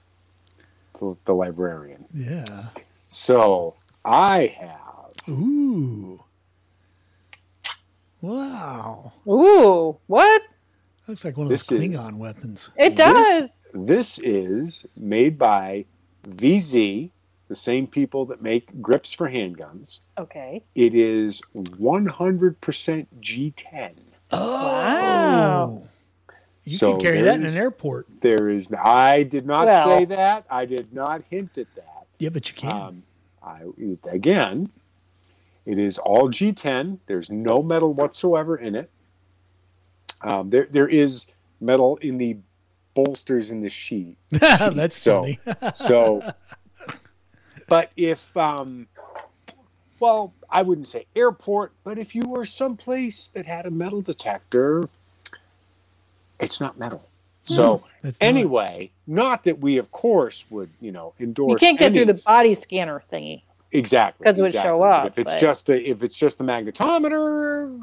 Speaker 1: the, the librarian.
Speaker 2: Yeah.
Speaker 1: So I have
Speaker 2: Ooh. Wow.
Speaker 3: Ooh, what?
Speaker 2: Looks like one of
Speaker 1: This
Speaker 2: those
Speaker 1: is-
Speaker 2: Klingon weapons.
Speaker 3: It
Speaker 1: This-
Speaker 3: does.
Speaker 1: this is made by VZ, the same people that make grips for handguns.
Speaker 3: Okay.
Speaker 1: It is 100% G10.
Speaker 3: Wow.
Speaker 2: Oh. You
Speaker 1: So
Speaker 2: can carry that in
Speaker 1: there's-
Speaker 2: an airport.
Speaker 1: There is. I did not
Speaker 3: Well-
Speaker 1: say that. I did not hint at that.
Speaker 2: Yeah, but you can.
Speaker 1: Um, I again, it is all G10. There's no metal whatsoever in it. Um, there, there is metal in the bolsters in the sheet.
Speaker 2: That's
Speaker 1: so-
Speaker 2: funny.
Speaker 1: So, but if, um, well, I wouldn't say airport, but if you were someplace that had a metal detector, it's not metal. So
Speaker 3: Hmm.
Speaker 2: That's not-
Speaker 1: anyway, not that we, of course, would you know endorse.
Speaker 3: You can't get
Speaker 1: any
Speaker 3: through
Speaker 1: of
Speaker 3: the
Speaker 1: this.
Speaker 3: body scanner thingy.
Speaker 1: Exactly.
Speaker 3: 'Cause it would
Speaker 1: exactly.
Speaker 3: show up,
Speaker 1: If it's
Speaker 3: but-
Speaker 1: just the if it's just the magnetometer,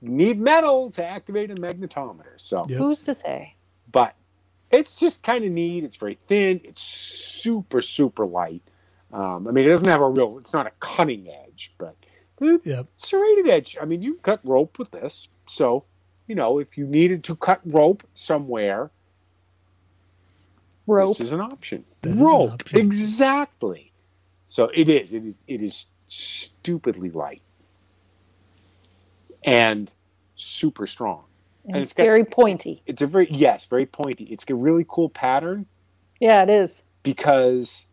Speaker 1: you need metal to activate a magnetometer. So,
Speaker 2: Yep.
Speaker 3: Who's to say?
Speaker 1: but it's just kind of neat. It's very thin. It's super super light. Um, I mean, it doesn't have a real. It's not a cutting edge, but the
Speaker 2: Yep.
Speaker 1: serrated edge. I mean, you can cut rope with this. So, you know, if you needed to cut rope somewhere,
Speaker 3: Rope.
Speaker 1: this is an option.
Speaker 2: That is an
Speaker 1: rope,
Speaker 2: option.
Speaker 1: exactly. So it is. It is. It is stupidly light and super strong.
Speaker 3: and
Speaker 1: and
Speaker 3: it's
Speaker 1: it's got-
Speaker 3: very pointy.
Speaker 1: It's a very yes, very pointy. It's a really cool pattern
Speaker 3: Yeah, it is.
Speaker 1: because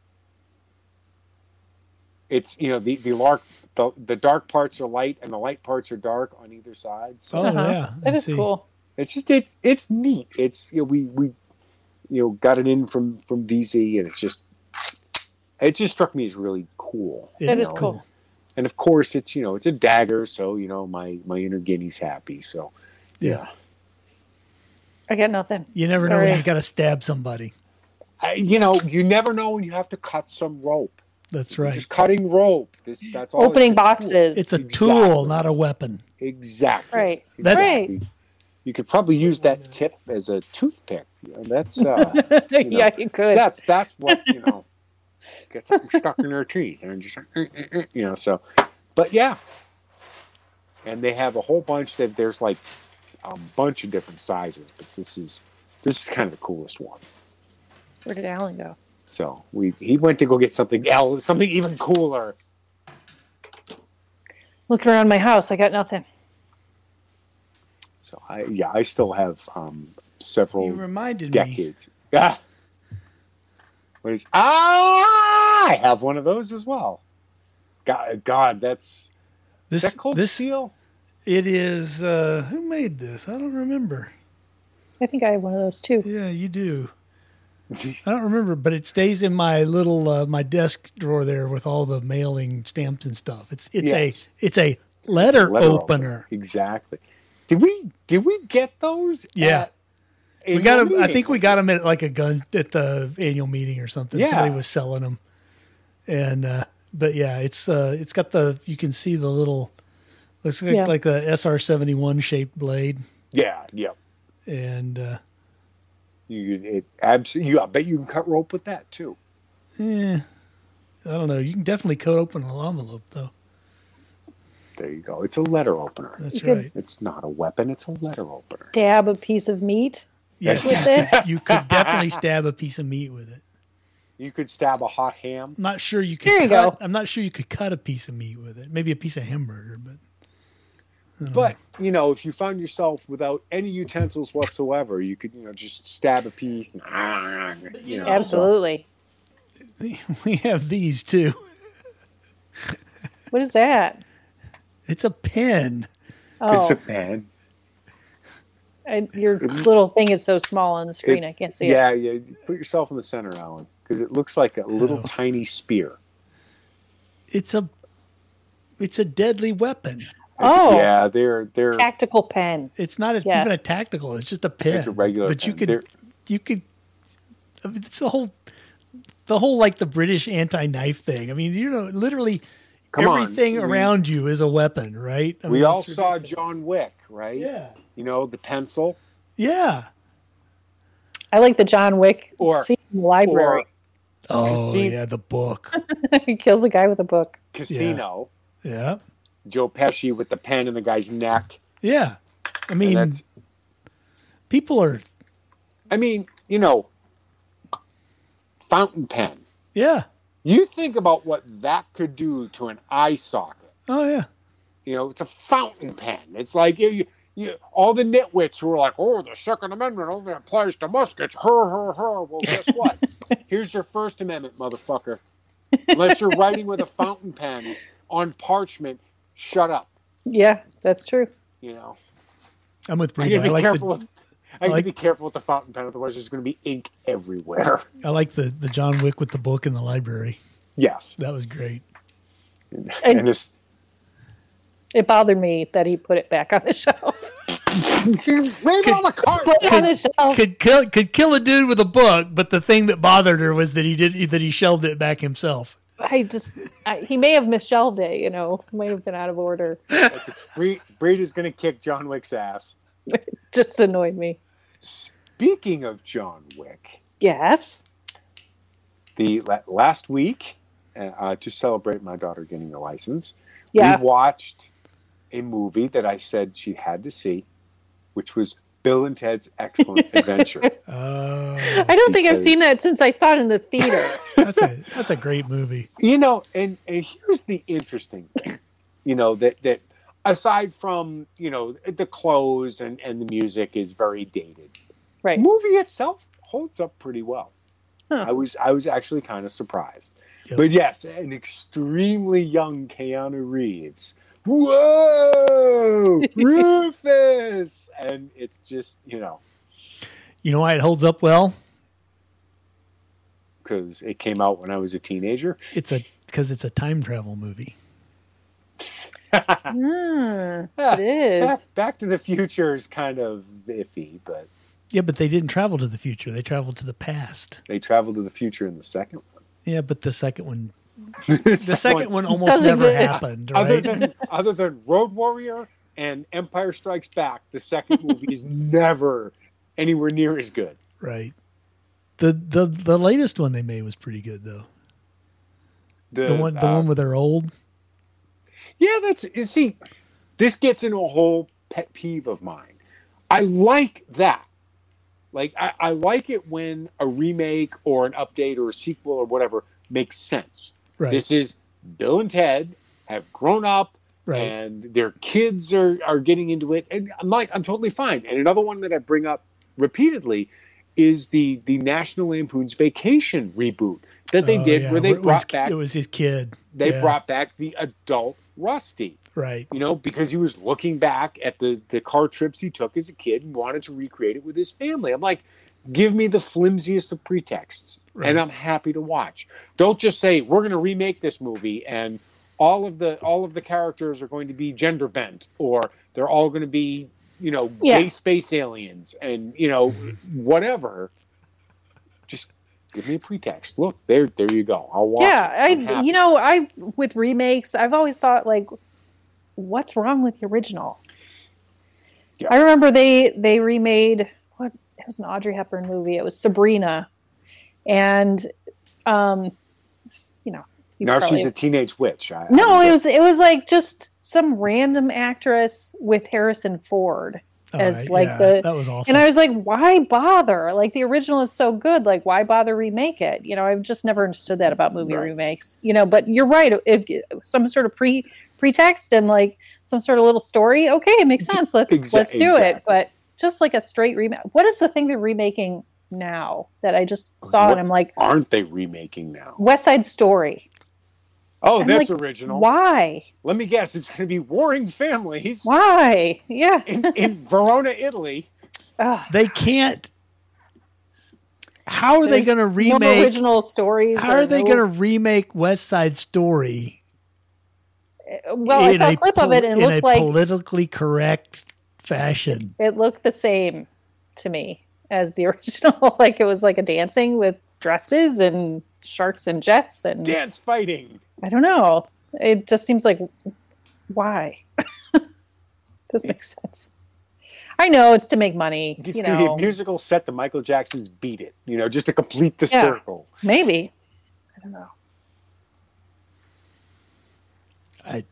Speaker 1: it's you know the the lark the, the dark parts are light and the light parts are dark on either side. So
Speaker 2: Oh, yeah. I
Speaker 3: Uh-huh. That is
Speaker 2: see.
Speaker 3: cool.
Speaker 1: it's just it's it's neat. It's you know, we we you know got it in from from VZ and it's just it just struck me as really cool.
Speaker 2: It
Speaker 3: That is cool.
Speaker 1: And of course it's you know it's a dagger, so you know my my inner guinea's happy. So
Speaker 2: Yeah.
Speaker 3: I got nothing.
Speaker 2: You never know when
Speaker 3: Sorry.
Speaker 2: you got to stab somebody.
Speaker 1: I, you know you never know when you have to cut some rope.
Speaker 2: That's right.
Speaker 1: Just cutting rope. This that's all.
Speaker 3: Opening
Speaker 1: it's a tool.
Speaker 3: boxes.
Speaker 2: It's a tool,
Speaker 1: Exactly.
Speaker 2: not a weapon.
Speaker 1: Exactly.
Speaker 3: Right.
Speaker 2: That's-
Speaker 1: Exactly. You could probably use that tip as a toothpick. You know, that's uh, know,
Speaker 3: yeah, you could.
Speaker 1: that's that's what you know gets stuck in their teeth and just uh, uh, uh, you know so but yeah and they have a whole bunch that there's like a bunch of different sizes but this is this is kind of the coolest one
Speaker 3: Where did Alan go?
Speaker 1: so we he went to go get something else something even cooler
Speaker 3: Looking around my house, I got nothing.
Speaker 1: so i yeah i still have um
Speaker 2: You
Speaker 1: several
Speaker 2: reminded me.
Speaker 1: decades ah what is ah i have one of those as well god god that's is
Speaker 2: This
Speaker 1: that cold
Speaker 2: this
Speaker 1: steel
Speaker 2: it is. Uh, who made this? I don't remember.
Speaker 3: I think I have one of those too.
Speaker 2: Yeah, you do. I don't remember, but it stays in my little uh, my desk drawer there with all the mailing stamps and stuff. It's it's
Speaker 1: Yes.
Speaker 2: a it's a letter,
Speaker 1: Letter
Speaker 2: opener.
Speaker 1: Exactly. Did we did we get those?
Speaker 2: Yeah.
Speaker 1: at-
Speaker 2: We got him. I think we got him at like a gun at the annual meeting or something.
Speaker 1: Yeah.
Speaker 2: Somebody was selling them, and uh, but yeah, it's uh, it's got the you can see the little looks like
Speaker 3: Yeah.
Speaker 2: like a SR seventy one shaped blade,
Speaker 1: Yeah, yeah.
Speaker 2: and uh,
Speaker 1: You it abs- you I bet you can cut rope with that too.
Speaker 2: eh, I don't know. You can definitely cut open an envelope though.
Speaker 1: There you go. It's a letter opener.
Speaker 2: That's
Speaker 3: could-
Speaker 2: right.
Speaker 1: It's not a weapon, it's a letter opener.
Speaker 3: Dab a piece of meat
Speaker 2: Yes,
Speaker 3: with it.
Speaker 2: you could definitely stab a piece of meat with it.
Speaker 1: You could stab a hot ham.
Speaker 2: I'm not sure you could.
Speaker 3: There you
Speaker 2: cut,
Speaker 3: go.
Speaker 2: I'm not sure you could cut a piece of meat with it. Maybe a piece of hamburger, but Mm-hmm.
Speaker 1: But you know, if you found yourself without any utensils whatsoever, you could, you know, just stab a piece and ah, you know, so-
Speaker 3: Absolutely.
Speaker 2: we have these too.
Speaker 3: What is that?
Speaker 2: It's a pen.
Speaker 3: Oh,
Speaker 1: It's a man.
Speaker 3: I- your little thing is so small on the screen.
Speaker 1: It-
Speaker 3: I can't see it.
Speaker 1: yeah, yeah. Put yourself in the center, Alan, because it looks like a little
Speaker 2: Oh.
Speaker 1: tiny spear.
Speaker 2: It's a it's a deadly weapon.
Speaker 3: Oh.
Speaker 1: yeah, they're they're
Speaker 3: Tactical pen.
Speaker 2: It's not a,
Speaker 3: Yes.
Speaker 2: even a tactical. It's just a pen.
Speaker 1: It's a regular
Speaker 2: But you
Speaker 1: pen.
Speaker 2: could
Speaker 1: They're-
Speaker 2: you could. I mean, it's the whole the whole like the British anti knife thing. I mean, you know, literally
Speaker 1: Come on.
Speaker 2: everything
Speaker 1: We-
Speaker 3: Mm-hmm.
Speaker 2: around you is a weapon, right? I
Speaker 1: We
Speaker 2: mean,
Speaker 1: all
Speaker 2: it's
Speaker 1: saw
Speaker 2: ridiculous.
Speaker 1: John Wick, right?
Speaker 2: Yeah.
Speaker 1: You know the pencil
Speaker 2: Yeah.
Speaker 3: I like the John Wick
Speaker 1: Or-
Speaker 3: scene in the library.
Speaker 2: Oh
Speaker 1: see-
Speaker 2: yeah, the book.
Speaker 3: he kills a guy with a book.
Speaker 1: Casino.
Speaker 2: yeah.
Speaker 1: Joe Pesci with the pen in the guy's neck.
Speaker 2: Yeah. I
Speaker 1: And
Speaker 2: mean,
Speaker 1: that's
Speaker 2: people are
Speaker 1: I mean, you know, fountain pen.
Speaker 2: yeah.
Speaker 1: You think about what that could do to an eye socket.
Speaker 2: Oh yeah.
Speaker 1: You know, it's a fountain pen. It's like you, you, you all the nitwits who are like, "Oh, the Second Amendment only applies to muskets." Her, her, her. Well, guess what? Here's your First Amendment, motherfucker. Unless you're writing with a fountain pen on parchment, shut up.
Speaker 3: Yeah, that's true.
Speaker 1: You know,
Speaker 2: I'm with
Speaker 1: I
Speaker 2: Brenda.
Speaker 1: gotta
Speaker 2: I
Speaker 1: be
Speaker 2: like
Speaker 1: careful
Speaker 2: the,
Speaker 1: with. I gotta
Speaker 2: like-
Speaker 1: be careful with the fountain pen, otherwise there's going to be ink everywhere.
Speaker 2: I like the the John Wick with the book in the library.
Speaker 1: Yes,
Speaker 2: That was great.
Speaker 1: and, it's
Speaker 3: It bothered me that he put it back on the shelf.
Speaker 1: leave it on the cart.
Speaker 3: Put it on the shelf.
Speaker 2: Could kill could kill a dude with a book, but the thing that bothered her was that he did that he shelved it back himself.
Speaker 3: I just, I, he may have missed shelved it, you know, might have been out of order.
Speaker 1: Breed, Breed is going to kick John Wick's ass.
Speaker 3: just annoyed me.
Speaker 1: Speaking of John Wick,
Speaker 3: Yes.
Speaker 1: the la- last week uh, uh, to celebrate my daughter getting a license,
Speaker 3: Yeah.
Speaker 1: we watched a movie that I said she had to see, which was Bill and Ted's Excellent Adventure.
Speaker 2: Oh,
Speaker 3: I don't think I've
Speaker 1: Because-
Speaker 3: seen that since I saw it in the theater.
Speaker 2: that's a that's a great movie.
Speaker 1: you know, and and here's the interesting thing, you know that that aside from you know the clothes and and the music is very dated.
Speaker 3: right.
Speaker 1: movie itself holds up pretty well.
Speaker 3: Huh.
Speaker 1: I was I was actually kind of surprised.
Speaker 2: Yep.
Speaker 1: But yes, an extremely young Keanu Reeves. Whoa, Rufus, and it's just you know
Speaker 2: You know why it holds up well?
Speaker 1: because it came out when I was a teenager.
Speaker 2: It's a because it's a time travel movie.
Speaker 3: Hmm,
Speaker 1: Ah,
Speaker 3: it is.
Speaker 1: Back, Back to the Future is kind of iffy, but
Speaker 2: Yeah, but they didn't travel to the future. They traveled to the past.
Speaker 1: they travel to the future in the second one.
Speaker 2: Yeah, but the second one the
Speaker 1: the
Speaker 2: second one almost
Speaker 3: Doesn't
Speaker 2: never
Speaker 3: exist.
Speaker 2: happened,
Speaker 1: other
Speaker 2: right?
Speaker 1: than other than Road Warrior and Empire Strikes Back, the second movie is never anywhere near as good.
Speaker 2: Right. The the the latest one they made was pretty good though.
Speaker 1: The,
Speaker 2: The one the
Speaker 1: uh,
Speaker 2: one where they're old.
Speaker 1: yeah, that's you see, this gets into a whole pet peeve of mine. I like that. Like I, I like it when a remake or an update or a sequel or whatever makes sense.
Speaker 2: Right.
Speaker 1: This is Bill and Ted have grown up
Speaker 2: right.
Speaker 1: and their kids are are getting into it and i'm like i'm totally fine and another one that i bring up repeatedly is the the national lampoon's vacation reboot that they
Speaker 2: Oh,
Speaker 1: did
Speaker 2: yeah,
Speaker 1: where they
Speaker 2: it
Speaker 1: brought
Speaker 2: was,
Speaker 1: back
Speaker 2: it was his kid.
Speaker 1: they
Speaker 2: Yeah,
Speaker 1: brought back the adult rusty
Speaker 2: right.
Speaker 1: you know because he was looking back at the the car trips he took as a kid and wanted to recreate it with his family i'm like give me the flimsiest of pretexts
Speaker 2: Right.
Speaker 1: and i'm happy to watch don't just say we're going to remake this movie and all of the all of the characters are going to be gender bent or they're all going to be you know,
Speaker 3: Yeah.
Speaker 1: gay space aliens and you know, whatever. Just give me a pretext. Look, there, there you go. I'll watch.
Speaker 3: yeah,
Speaker 1: it. I'm
Speaker 3: I
Speaker 1: happy.
Speaker 3: you know I with remakes I've always thought like, what's wrong with the original?
Speaker 1: Yeah.
Speaker 3: I remember they they remade what it was an Audrey Hepburn movie. It was Sabrina, and um, it's- you know you
Speaker 1: now
Speaker 3: probably-
Speaker 1: she's a teenage witch. I,
Speaker 3: no,
Speaker 1: I
Speaker 3: it was it was like just some random actress with Harrison Ford.
Speaker 2: All
Speaker 3: as,
Speaker 2: right,
Speaker 3: like,
Speaker 2: Oh, yeah,
Speaker 3: the-
Speaker 2: that was awful.
Speaker 3: And I was like, why bother? Like the original is so good. Like why bother remake it? You know, I've just never understood that about movie
Speaker 1: Right.
Speaker 3: remakes. You know, but you're right. It, it- some sort of pre pretext and like some sort of little story. Okay, it makes sense. Let's
Speaker 1: Exa-
Speaker 3: let's do
Speaker 1: exactly.
Speaker 3: it. But just like a straight remake. What is the thing they're remaking now that I just saw
Speaker 1: What-
Speaker 3: and I'm like,
Speaker 1: aren't they remaking now?
Speaker 3: West Side Story.
Speaker 1: Oh,
Speaker 3: I'm
Speaker 1: that's
Speaker 3: like,
Speaker 1: original.
Speaker 3: Why?
Speaker 1: Let me guess. It's going to be warring families
Speaker 3: Why? Yeah.
Speaker 1: in, in Verona, Italy.
Speaker 3: Ugh.
Speaker 2: they can't. How are they
Speaker 3: There's
Speaker 2: going to
Speaker 3: No
Speaker 2: remake?
Speaker 3: original stories.
Speaker 2: How are
Speaker 3: or
Speaker 2: they
Speaker 3: no-
Speaker 2: going to remake West Side Story?
Speaker 3: Well, I
Speaker 2: in
Speaker 3: saw a clip of
Speaker 2: poli-
Speaker 3: it and
Speaker 2: in
Speaker 3: it
Speaker 2: a
Speaker 3: looked like
Speaker 2: politically correct fashion.
Speaker 3: it looked the same to me as the original. like it was like a dancing with dresses and sharks and jets and
Speaker 1: Dance fighting.
Speaker 3: I don't know. It just seems like why? Doesn't make sense. I know it's to make money,
Speaker 1: It's
Speaker 3: you
Speaker 1: going to be
Speaker 3: know.
Speaker 1: a musical set to Michael Jackson's Beat It, you know, just to complete the
Speaker 3: Yeah.
Speaker 1: circle.
Speaker 3: Maybe. I don't know.
Speaker 2: I,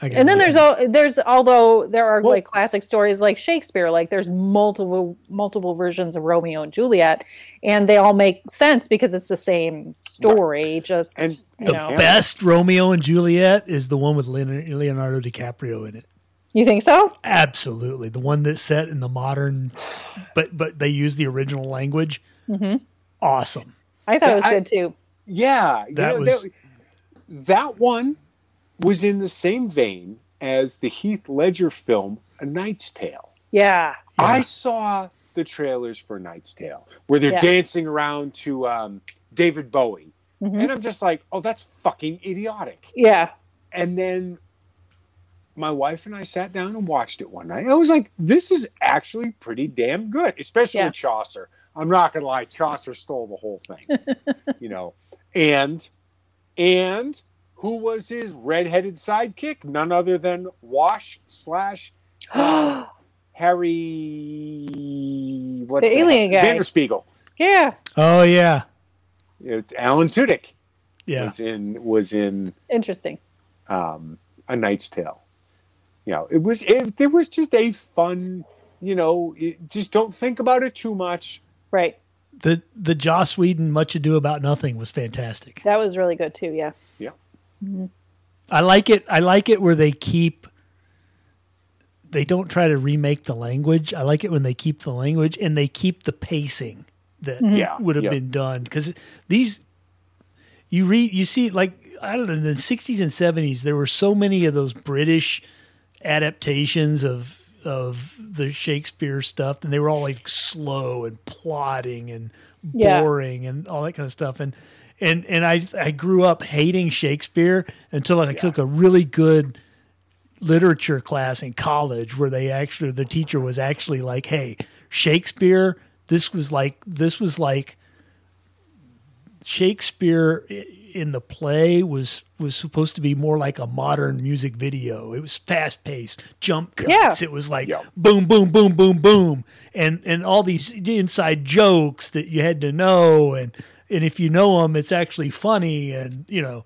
Speaker 2: I
Speaker 3: And then
Speaker 2: gotta-
Speaker 3: there's all there's although there are
Speaker 1: Well-
Speaker 3: like classic stories like Shakespeare, like there's multiple multiple versions of Romeo and Juliet, and they all make sense because it's the same story, just
Speaker 1: And-
Speaker 3: you
Speaker 2: the
Speaker 3: know.
Speaker 2: best Romeo and Juliet is the one with Leonardo Leonardo DiCaprio in it.
Speaker 3: You think so?
Speaker 2: Absolutely, the one that's set in the modern, but but they use the original language.
Speaker 3: hmm
Speaker 2: Awesome.
Speaker 3: I thought it was
Speaker 1: I-
Speaker 3: good too.
Speaker 1: Yeah. you
Speaker 2: That
Speaker 1: know,
Speaker 2: was-
Speaker 1: that, that one was in the same vein as the Heath Ledger film, A Knight's Tale.
Speaker 3: Yeah,
Speaker 2: Yeah.
Speaker 1: I saw the trailers for Knight's Tale where they're
Speaker 3: Yeah.
Speaker 1: dancing around to um, David Bowie.
Speaker 3: Mhm.
Speaker 1: And I'm just like, oh, that's fucking idiotic.
Speaker 3: yeah,
Speaker 1: And then my wife and I sat down and watched it one night. I was like, this is actually pretty damn good, especially
Speaker 3: Yeah.
Speaker 1: Chaucer. I'm not gonna lie, Chaucer stole the whole thing. you know. And and who was his redheaded sidekick? None other than Wash slash uh, Harry what
Speaker 3: The alien guy.
Speaker 1: Vanderspiegel.
Speaker 3: yeah.
Speaker 2: Oh yeah,
Speaker 1: It's Alan Tudyk
Speaker 2: yeah.
Speaker 1: was in was in
Speaker 3: Interesting.
Speaker 1: um, A Knight's Tale. You know, it was it, it was just a fun. You know, it, just don't think about it too much.
Speaker 3: Right.
Speaker 2: The the Joss Whedon Much Ado About Nothing was fantastic.
Speaker 3: That was really good too. Yeah.
Speaker 2: I like it. I like it where they keep. They don't try to remake the language. I like it when they keep the language and they keep the pacing that
Speaker 1: Yeah,
Speaker 2: would have
Speaker 1: yeah.
Speaker 2: been done because these. You read, you see, like I don't know, in the '60s and '70s, there were so many of those British adaptations of of the Shakespeare stuff, and they were all like slow and plodding and
Speaker 3: Yeah.
Speaker 2: boring and all that kind of stuff. And and and I I grew up hating Shakespeare until I took a really good literature class in college where they actually the teacher was actually like, "Hey, Shakespeare, this was like this was like Shakespeare i- in the play was was supposed to be more like a modern music video. It was fast paced, jump cuts.
Speaker 3: Yeah.
Speaker 2: It was like
Speaker 1: Yeah.
Speaker 2: boom, boom, boom, boom, boom, and and all these inside jokes that you had to know, and and if you know them, it's actually funny, and you know,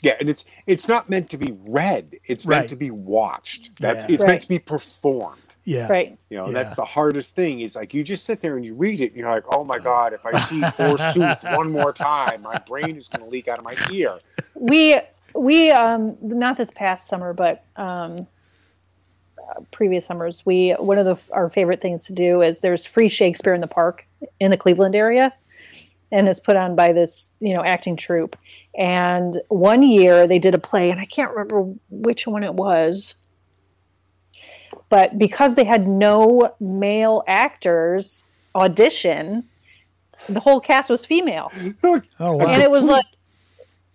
Speaker 1: Yeah, and it's it's not meant to be read. It's
Speaker 2: Right.
Speaker 1: meant to be watched. That's
Speaker 2: Yeah.
Speaker 1: it's
Speaker 3: Right.
Speaker 1: meant to be performed.
Speaker 2: yeah,
Speaker 3: Right.
Speaker 1: You know,
Speaker 2: Yeah.
Speaker 1: that's the hardest thing. Is like you just sit there and you read it, and you're like, oh
Speaker 2: Uh.
Speaker 1: my god, if I see forsooth one more time, my brain is going to leak out of my ear.
Speaker 3: we we um not this past summer but um uh, previous summers we one of the our favorite things to do is there's free shakespeare in the park in the cleveland area and it's put on by this you know acting troupe and one year they did a play and i can't remember which one it was but because they had no male actors audition the whole cast was female
Speaker 2: oh
Speaker 3: and it was like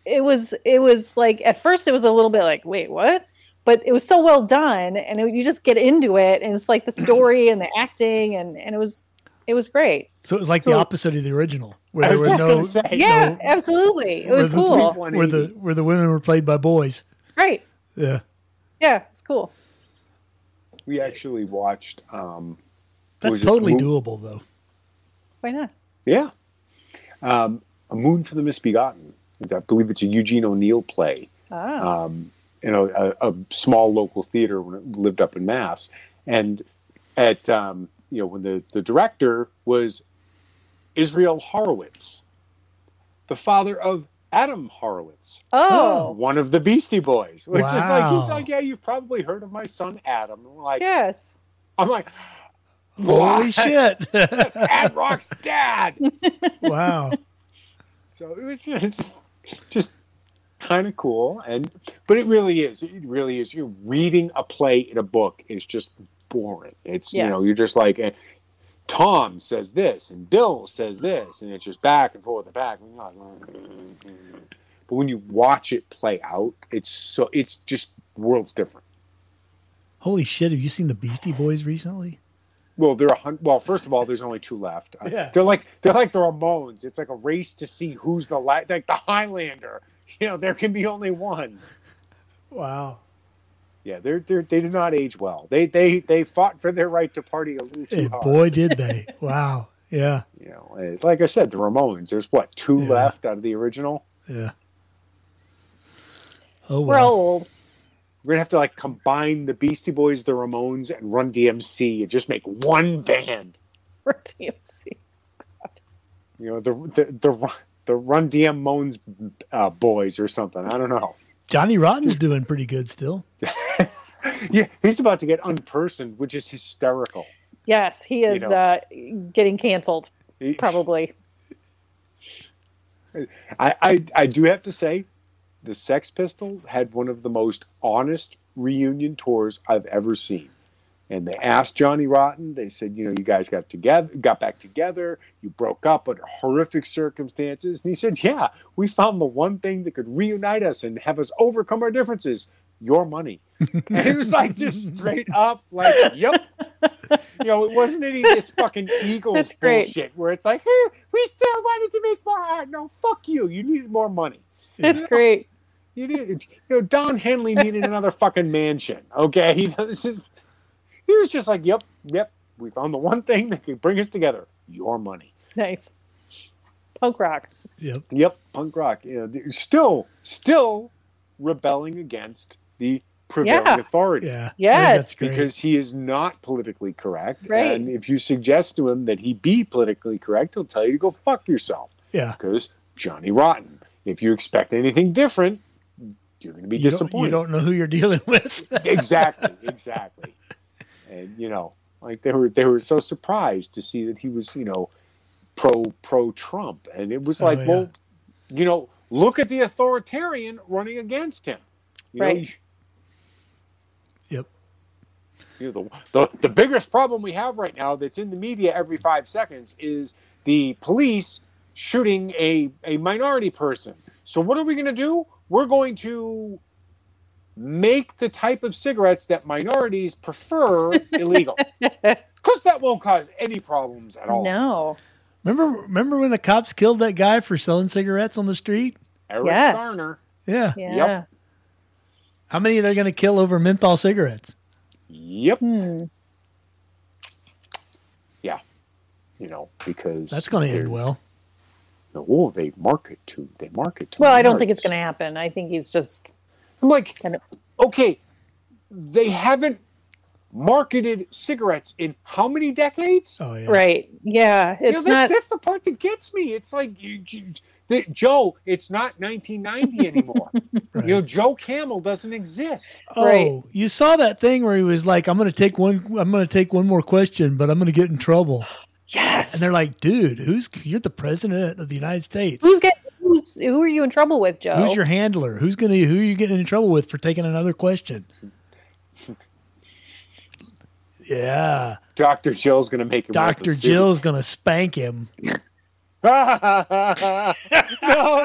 Speaker 3: it was it was like at first it was a little bit like wait what but it was so well done and it, you just get into it and it's like the story and the acting and and it was it was great
Speaker 2: So it was like the
Speaker 1: So-
Speaker 2: opposite of the original, where
Speaker 1: I
Speaker 2: there
Speaker 1: was
Speaker 2: were
Speaker 1: just
Speaker 2: no,
Speaker 1: gonna say,
Speaker 3: yeah
Speaker 2: know,
Speaker 3: absolutely it
Speaker 2: where
Speaker 3: was
Speaker 2: the-
Speaker 3: cool
Speaker 2: where the where the women were played by boys.
Speaker 3: right
Speaker 2: Yeah,
Speaker 3: yeah it was cool
Speaker 1: we actually watched. Um,
Speaker 2: that's
Speaker 1: Was it
Speaker 2: totally
Speaker 1: Moon-
Speaker 2: doable though.
Speaker 3: why not
Speaker 1: yeah, um, a moon for the misbegotten. I believe it's a Eugene O'Neill play.
Speaker 3: ah
Speaker 1: um, you know, a, a small local theater when it lived up in Mass. And at, um, you know, when the, the director was Israel Horowitz, the father of Adam Horowitz,
Speaker 3: oh
Speaker 1: one of the Beastie Boys. Which is like, he's
Speaker 2: Wow.
Speaker 1: like, yeah, you've probably heard of my son Adam. I'm like,
Speaker 3: yes
Speaker 1: I'm like,
Speaker 2: Holy
Speaker 1: what?
Speaker 2: shit!
Speaker 1: That's Ad Rock's dad.
Speaker 2: wow.
Speaker 1: So it was it's just kind of cool, and but it really is. It really is. You're reading a play in a book is just boring. It's
Speaker 3: Yeah.
Speaker 1: you know you're just like eh, Tom says this and Bill says this, and it's just back and forth and back. And you're like, but when you watch it play out, it's so it's just worlds different.
Speaker 2: Holy shit! Have you seen the Beastie Boys recently?
Speaker 1: Well, there are hun- well. First of all, there's only two left. Uh,
Speaker 2: Yeah.
Speaker 1: They're like they're like the Ramones. It's like a race to see who's the la- like the Highlander. You know, there can be only one.
Speaker 2: Wow.
Speaker 1: Yeah, they're they are they did not age well. They they they fought for their right to party a little too
Speaker 2: Hey,
Speaker 1: hard.
Speaker 2: boy, did they! Wow. Yeah.
Speaker 1: You know, and like I said, the Ramones. There's what two
Speaker 2: Yeah.
Speaker 1: left out of the original.
Speaker 2: Yeah. Oh
Speaker 3: we're all
Speaker 2: well.
Speaker 3: old
Speaker 1: We're gonna have to like combine the Beastie Boys, the Ramones, and Run DMC, and just make one band.
Speaker 3: for tmc
Speaker 1: You know, the the the, Ru- the Run DM Moans uh, boys or something. I don't know.
Speaker 2: Johnny Rotten's doing pretty good still.
Speaker 1: Yeah, he's about to get unpersoned, which is hysterical.
Speaker 3: yes he is
Speaker 1: know.
Speaker 3: uh getting canceled
Speaker 1: He-
Speaker 3: probably
Speaker 1: I, I I do have to say, the Sex Pistols had one of the most honest reunion tours I've ever seen. And they asked Johnny Rotten. They said, you know, you guys got together, got back together. You broke up under horrific circumstances. And he said, yeah, we found the one thing that could reunite us and have us overcome our differences: your money. and it was like just straight up, like, yep. You know, it wasn't any of this fucking Eagles
Speaker 3: That's great.
Speaker 1: bullshit where it's like, hey, we still wanted to make more art. No, fuck you. You needed more money.
Speaker 3: that's great
Speaker 1: You needed, you know, Don Henley needed another fucking mansion. Okay, he this is, he was just like, yep, yep. We found the one thing that could bring us together: your money.
Speaker 3: nice punk rock
Speaker 2: Yep.
Speaker 1: Yep, punk rock. You know, they're still, still rebelling against the prevailing
Speaker 3: Yeah.
Speaker 1: authority.
Speaker 2: Yeah.
Speaker 3: Yes.
Speaker 2: That's great.
Speaker 1: because he is not politically correct.
Speaker 3: Right.
Speaker 1: And if you suggest to him that he be politically correct, he'll tell you to go fuck yourself
Speaker 2: yeah.
Speaker 1: because Johnny Rotten. If you expect anything different, you're going to be
Speaker 2: You don't, you
Speaker 1: disappointed.
Speaker 2: don't know who you're dealing with.
Speaker 1: exactly, exactly. And you know, like they were they were so surprised to see that he was, you know, pro pro Trump. And it was
Speaker 2: Oh,
Speaker 1: like,
Speaker 2: yeah.
Speaker 1: well, you know, look at the authoritarian running against him. You know,
Speaker 3: Right.
Speaker 1: you-
Speaker 2: yep.
Speaker 1: you know, the, the, the biggest problem we have right now that's in the media every five seconds is the police shooting a, a minority person. So, what are we going to do? We're going to make the type of cigarettes that minorities prefer illegal because that won't cause any problems at all.
Speaker 3: no
Speaker 2: Remember remember when the cops killed that guy for selling cigarettes on the street?
Speaker 1: Eric
Speaker 3: Yes.
Speaker 1: Garner,
Speaker 2: Yeah.
Speaker 3: yeah
Speaker 2: How many are they going to kill over menthol cigarettes?
Speaker 1: yep,
Speaker 3: Hmm.
Speaker 1: you know, because
Speaker 2: That's going to end
Speaker 1: they're-
Speaker 2: well.
Speaker 1: Oh, they market to, they market to.
Speaker 3: Well, I don't think it's
Speaker 1: minorities.
Speaker 3: going to happen. I think he's just
Speaker 1: I'm like,
Speaker 3: Kind of-
Speaker 1: okay, they haven't marketed cigarettes in how many decades?
Speaker 2: Oh yeah.
Speaker 3: right. Yeah,
Speaker 1: You know,
Speaker 3: it's
Speaker 1: that's,
Speaker 3: not.
Speaker 1: that's the part that gets me. It's like, you, you, the, Joe, it's not 1990 anymore.
Speaker 2: Right.
Speaker 1: You know, Joe Camel doesn't exist.
Speaker 2: oh,
Speaker 3: Right.
Speaker 2: you saw that thing where he was like, "I'm going to take one. I'm going to take one more question, but I'm going to get in trouble." And
Speaker 3: Yes.
Speaker 2: they're like, "Dude, who's you're the president of the United States?
Speaker 3: Who's getting? Who's who are you in trouble with, Joe?
Speaker 2: Who's your handler? Who's going to who are you getting in trouble with for taking another question?" Yeah,
Speaker 1: Dr. Jill's going to make him wear the
Speaker 2: Doctor
Speaker 1: suit.
Speaker 2: Jill's going to spank him.
Speaker 1: no,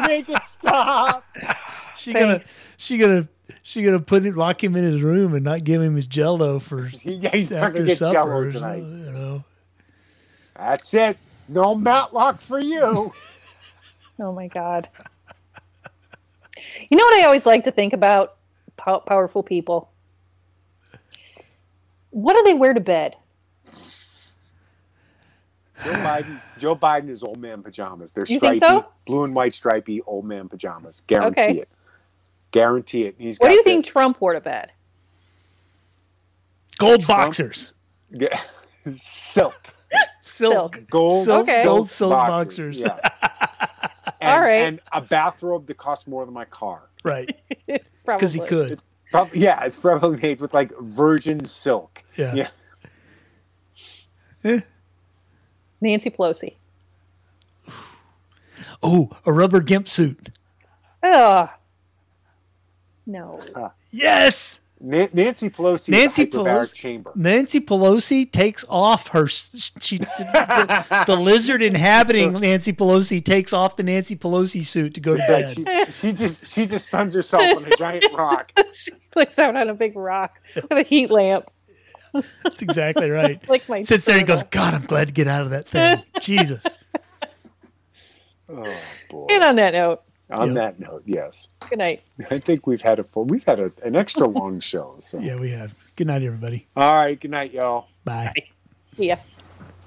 Speaker 1: make it stop.
Speaker 2: Oh, She going to
Speaker 3: Thanks.
Speaker 2: she going to she gonna put it, lock him in his room, and not give him his Jello for
Speaker 1: yeah, he's not
Speaker 2: after
Speaker 1: going to get
Speaker 2: supper?
Speaker 1: Jello
Speaker 2: or
Speaker 1: tonight.
Speaker 2: something, You know,
Speaker 1: That's it. No Matlock for you.
Speaker 3: Oh my god. You know what I always like to think about pow- powerful people. What do they wear to bed?
Speaker 1: Joe Biden, Joe Biden is old man pajamas. They're
Speaker 3: You
Speaker 1: stripy,
Speaker 3: think so?
Speaker 1: blue and white stripy old man pajamas. Guarantee
Speaker 3: Okay.
Speaker 1: it. Guarantee it. He's
Speaker 3: What
Speaker 1: got
Speaker 3: do you
Speaker 1: the-
Speaker 3: think Trump wore to bed?
Speaker 2: gold boxers,
Speaker 1: Yeah. silk,
Speaker 2: silk.
Speaker 1: gold,
Speaker 2: Silk-
Speaker 3: Okay.
Speaker 2: gold silk boxers.
Speaker 1: yes. And,
Speaker 3: All right.
Speaker 1: and a bathrobe that costs more than my car.
Speaker 2: right?
Speaker 3: Probably
Speaker 2: Because he could.
Speaker 1: Prob- yeah, it's probably made with like virgin silk.
Speaker 2: Yeah.
Speaker 1: Yeah.
Speaker 3: Nancy Pelosi.
Speaker 2: Oh, a rubber gimp suit.
Speaker 3: Ugh. No.
Speaker 2: Yes.
Speaker 1: Na- Nancy Pelosi.
Speaker 2: Nancy
Speaker 1: Nancy Pelosi
Speaker 2: Pelosi-
Speaker 1: chamber.
Speaker 2: Nancy Pelosi takes off her she the, the lizard inhabiting Nancy Pelosi takes off the Nancy Pelosi suit to go to
Speaker 1: Like,
Speaker 2: bed.
Speaker 1: she, she just she just suns herself on a giant rock.
Speaker 3: she lays out on a big rock with a heat lamp.
Speaker 2: That's exactly right.
Speaker 3: Like my
Speaker 2: Sits there and goes,
Speaker 3: turtle.
Speaker 2: "God, I'm glad to get out of that thing." Jesus.
Speaker 1: Oh boy.
Speaker 3: And on that note,
Speaker 1: On
Speaker 2: Yep.
Speaker 1: that note, yes,
Speaker 3: good night.
Speaker 1: I think we've had a full. We've had a, an extra long show. So.
Speaker 2: Yeah, we have. Good night, everybody.
Speaker 1: All right. Good night, y'all.
Speaker 2: Bye.
Speaker 3: See ya.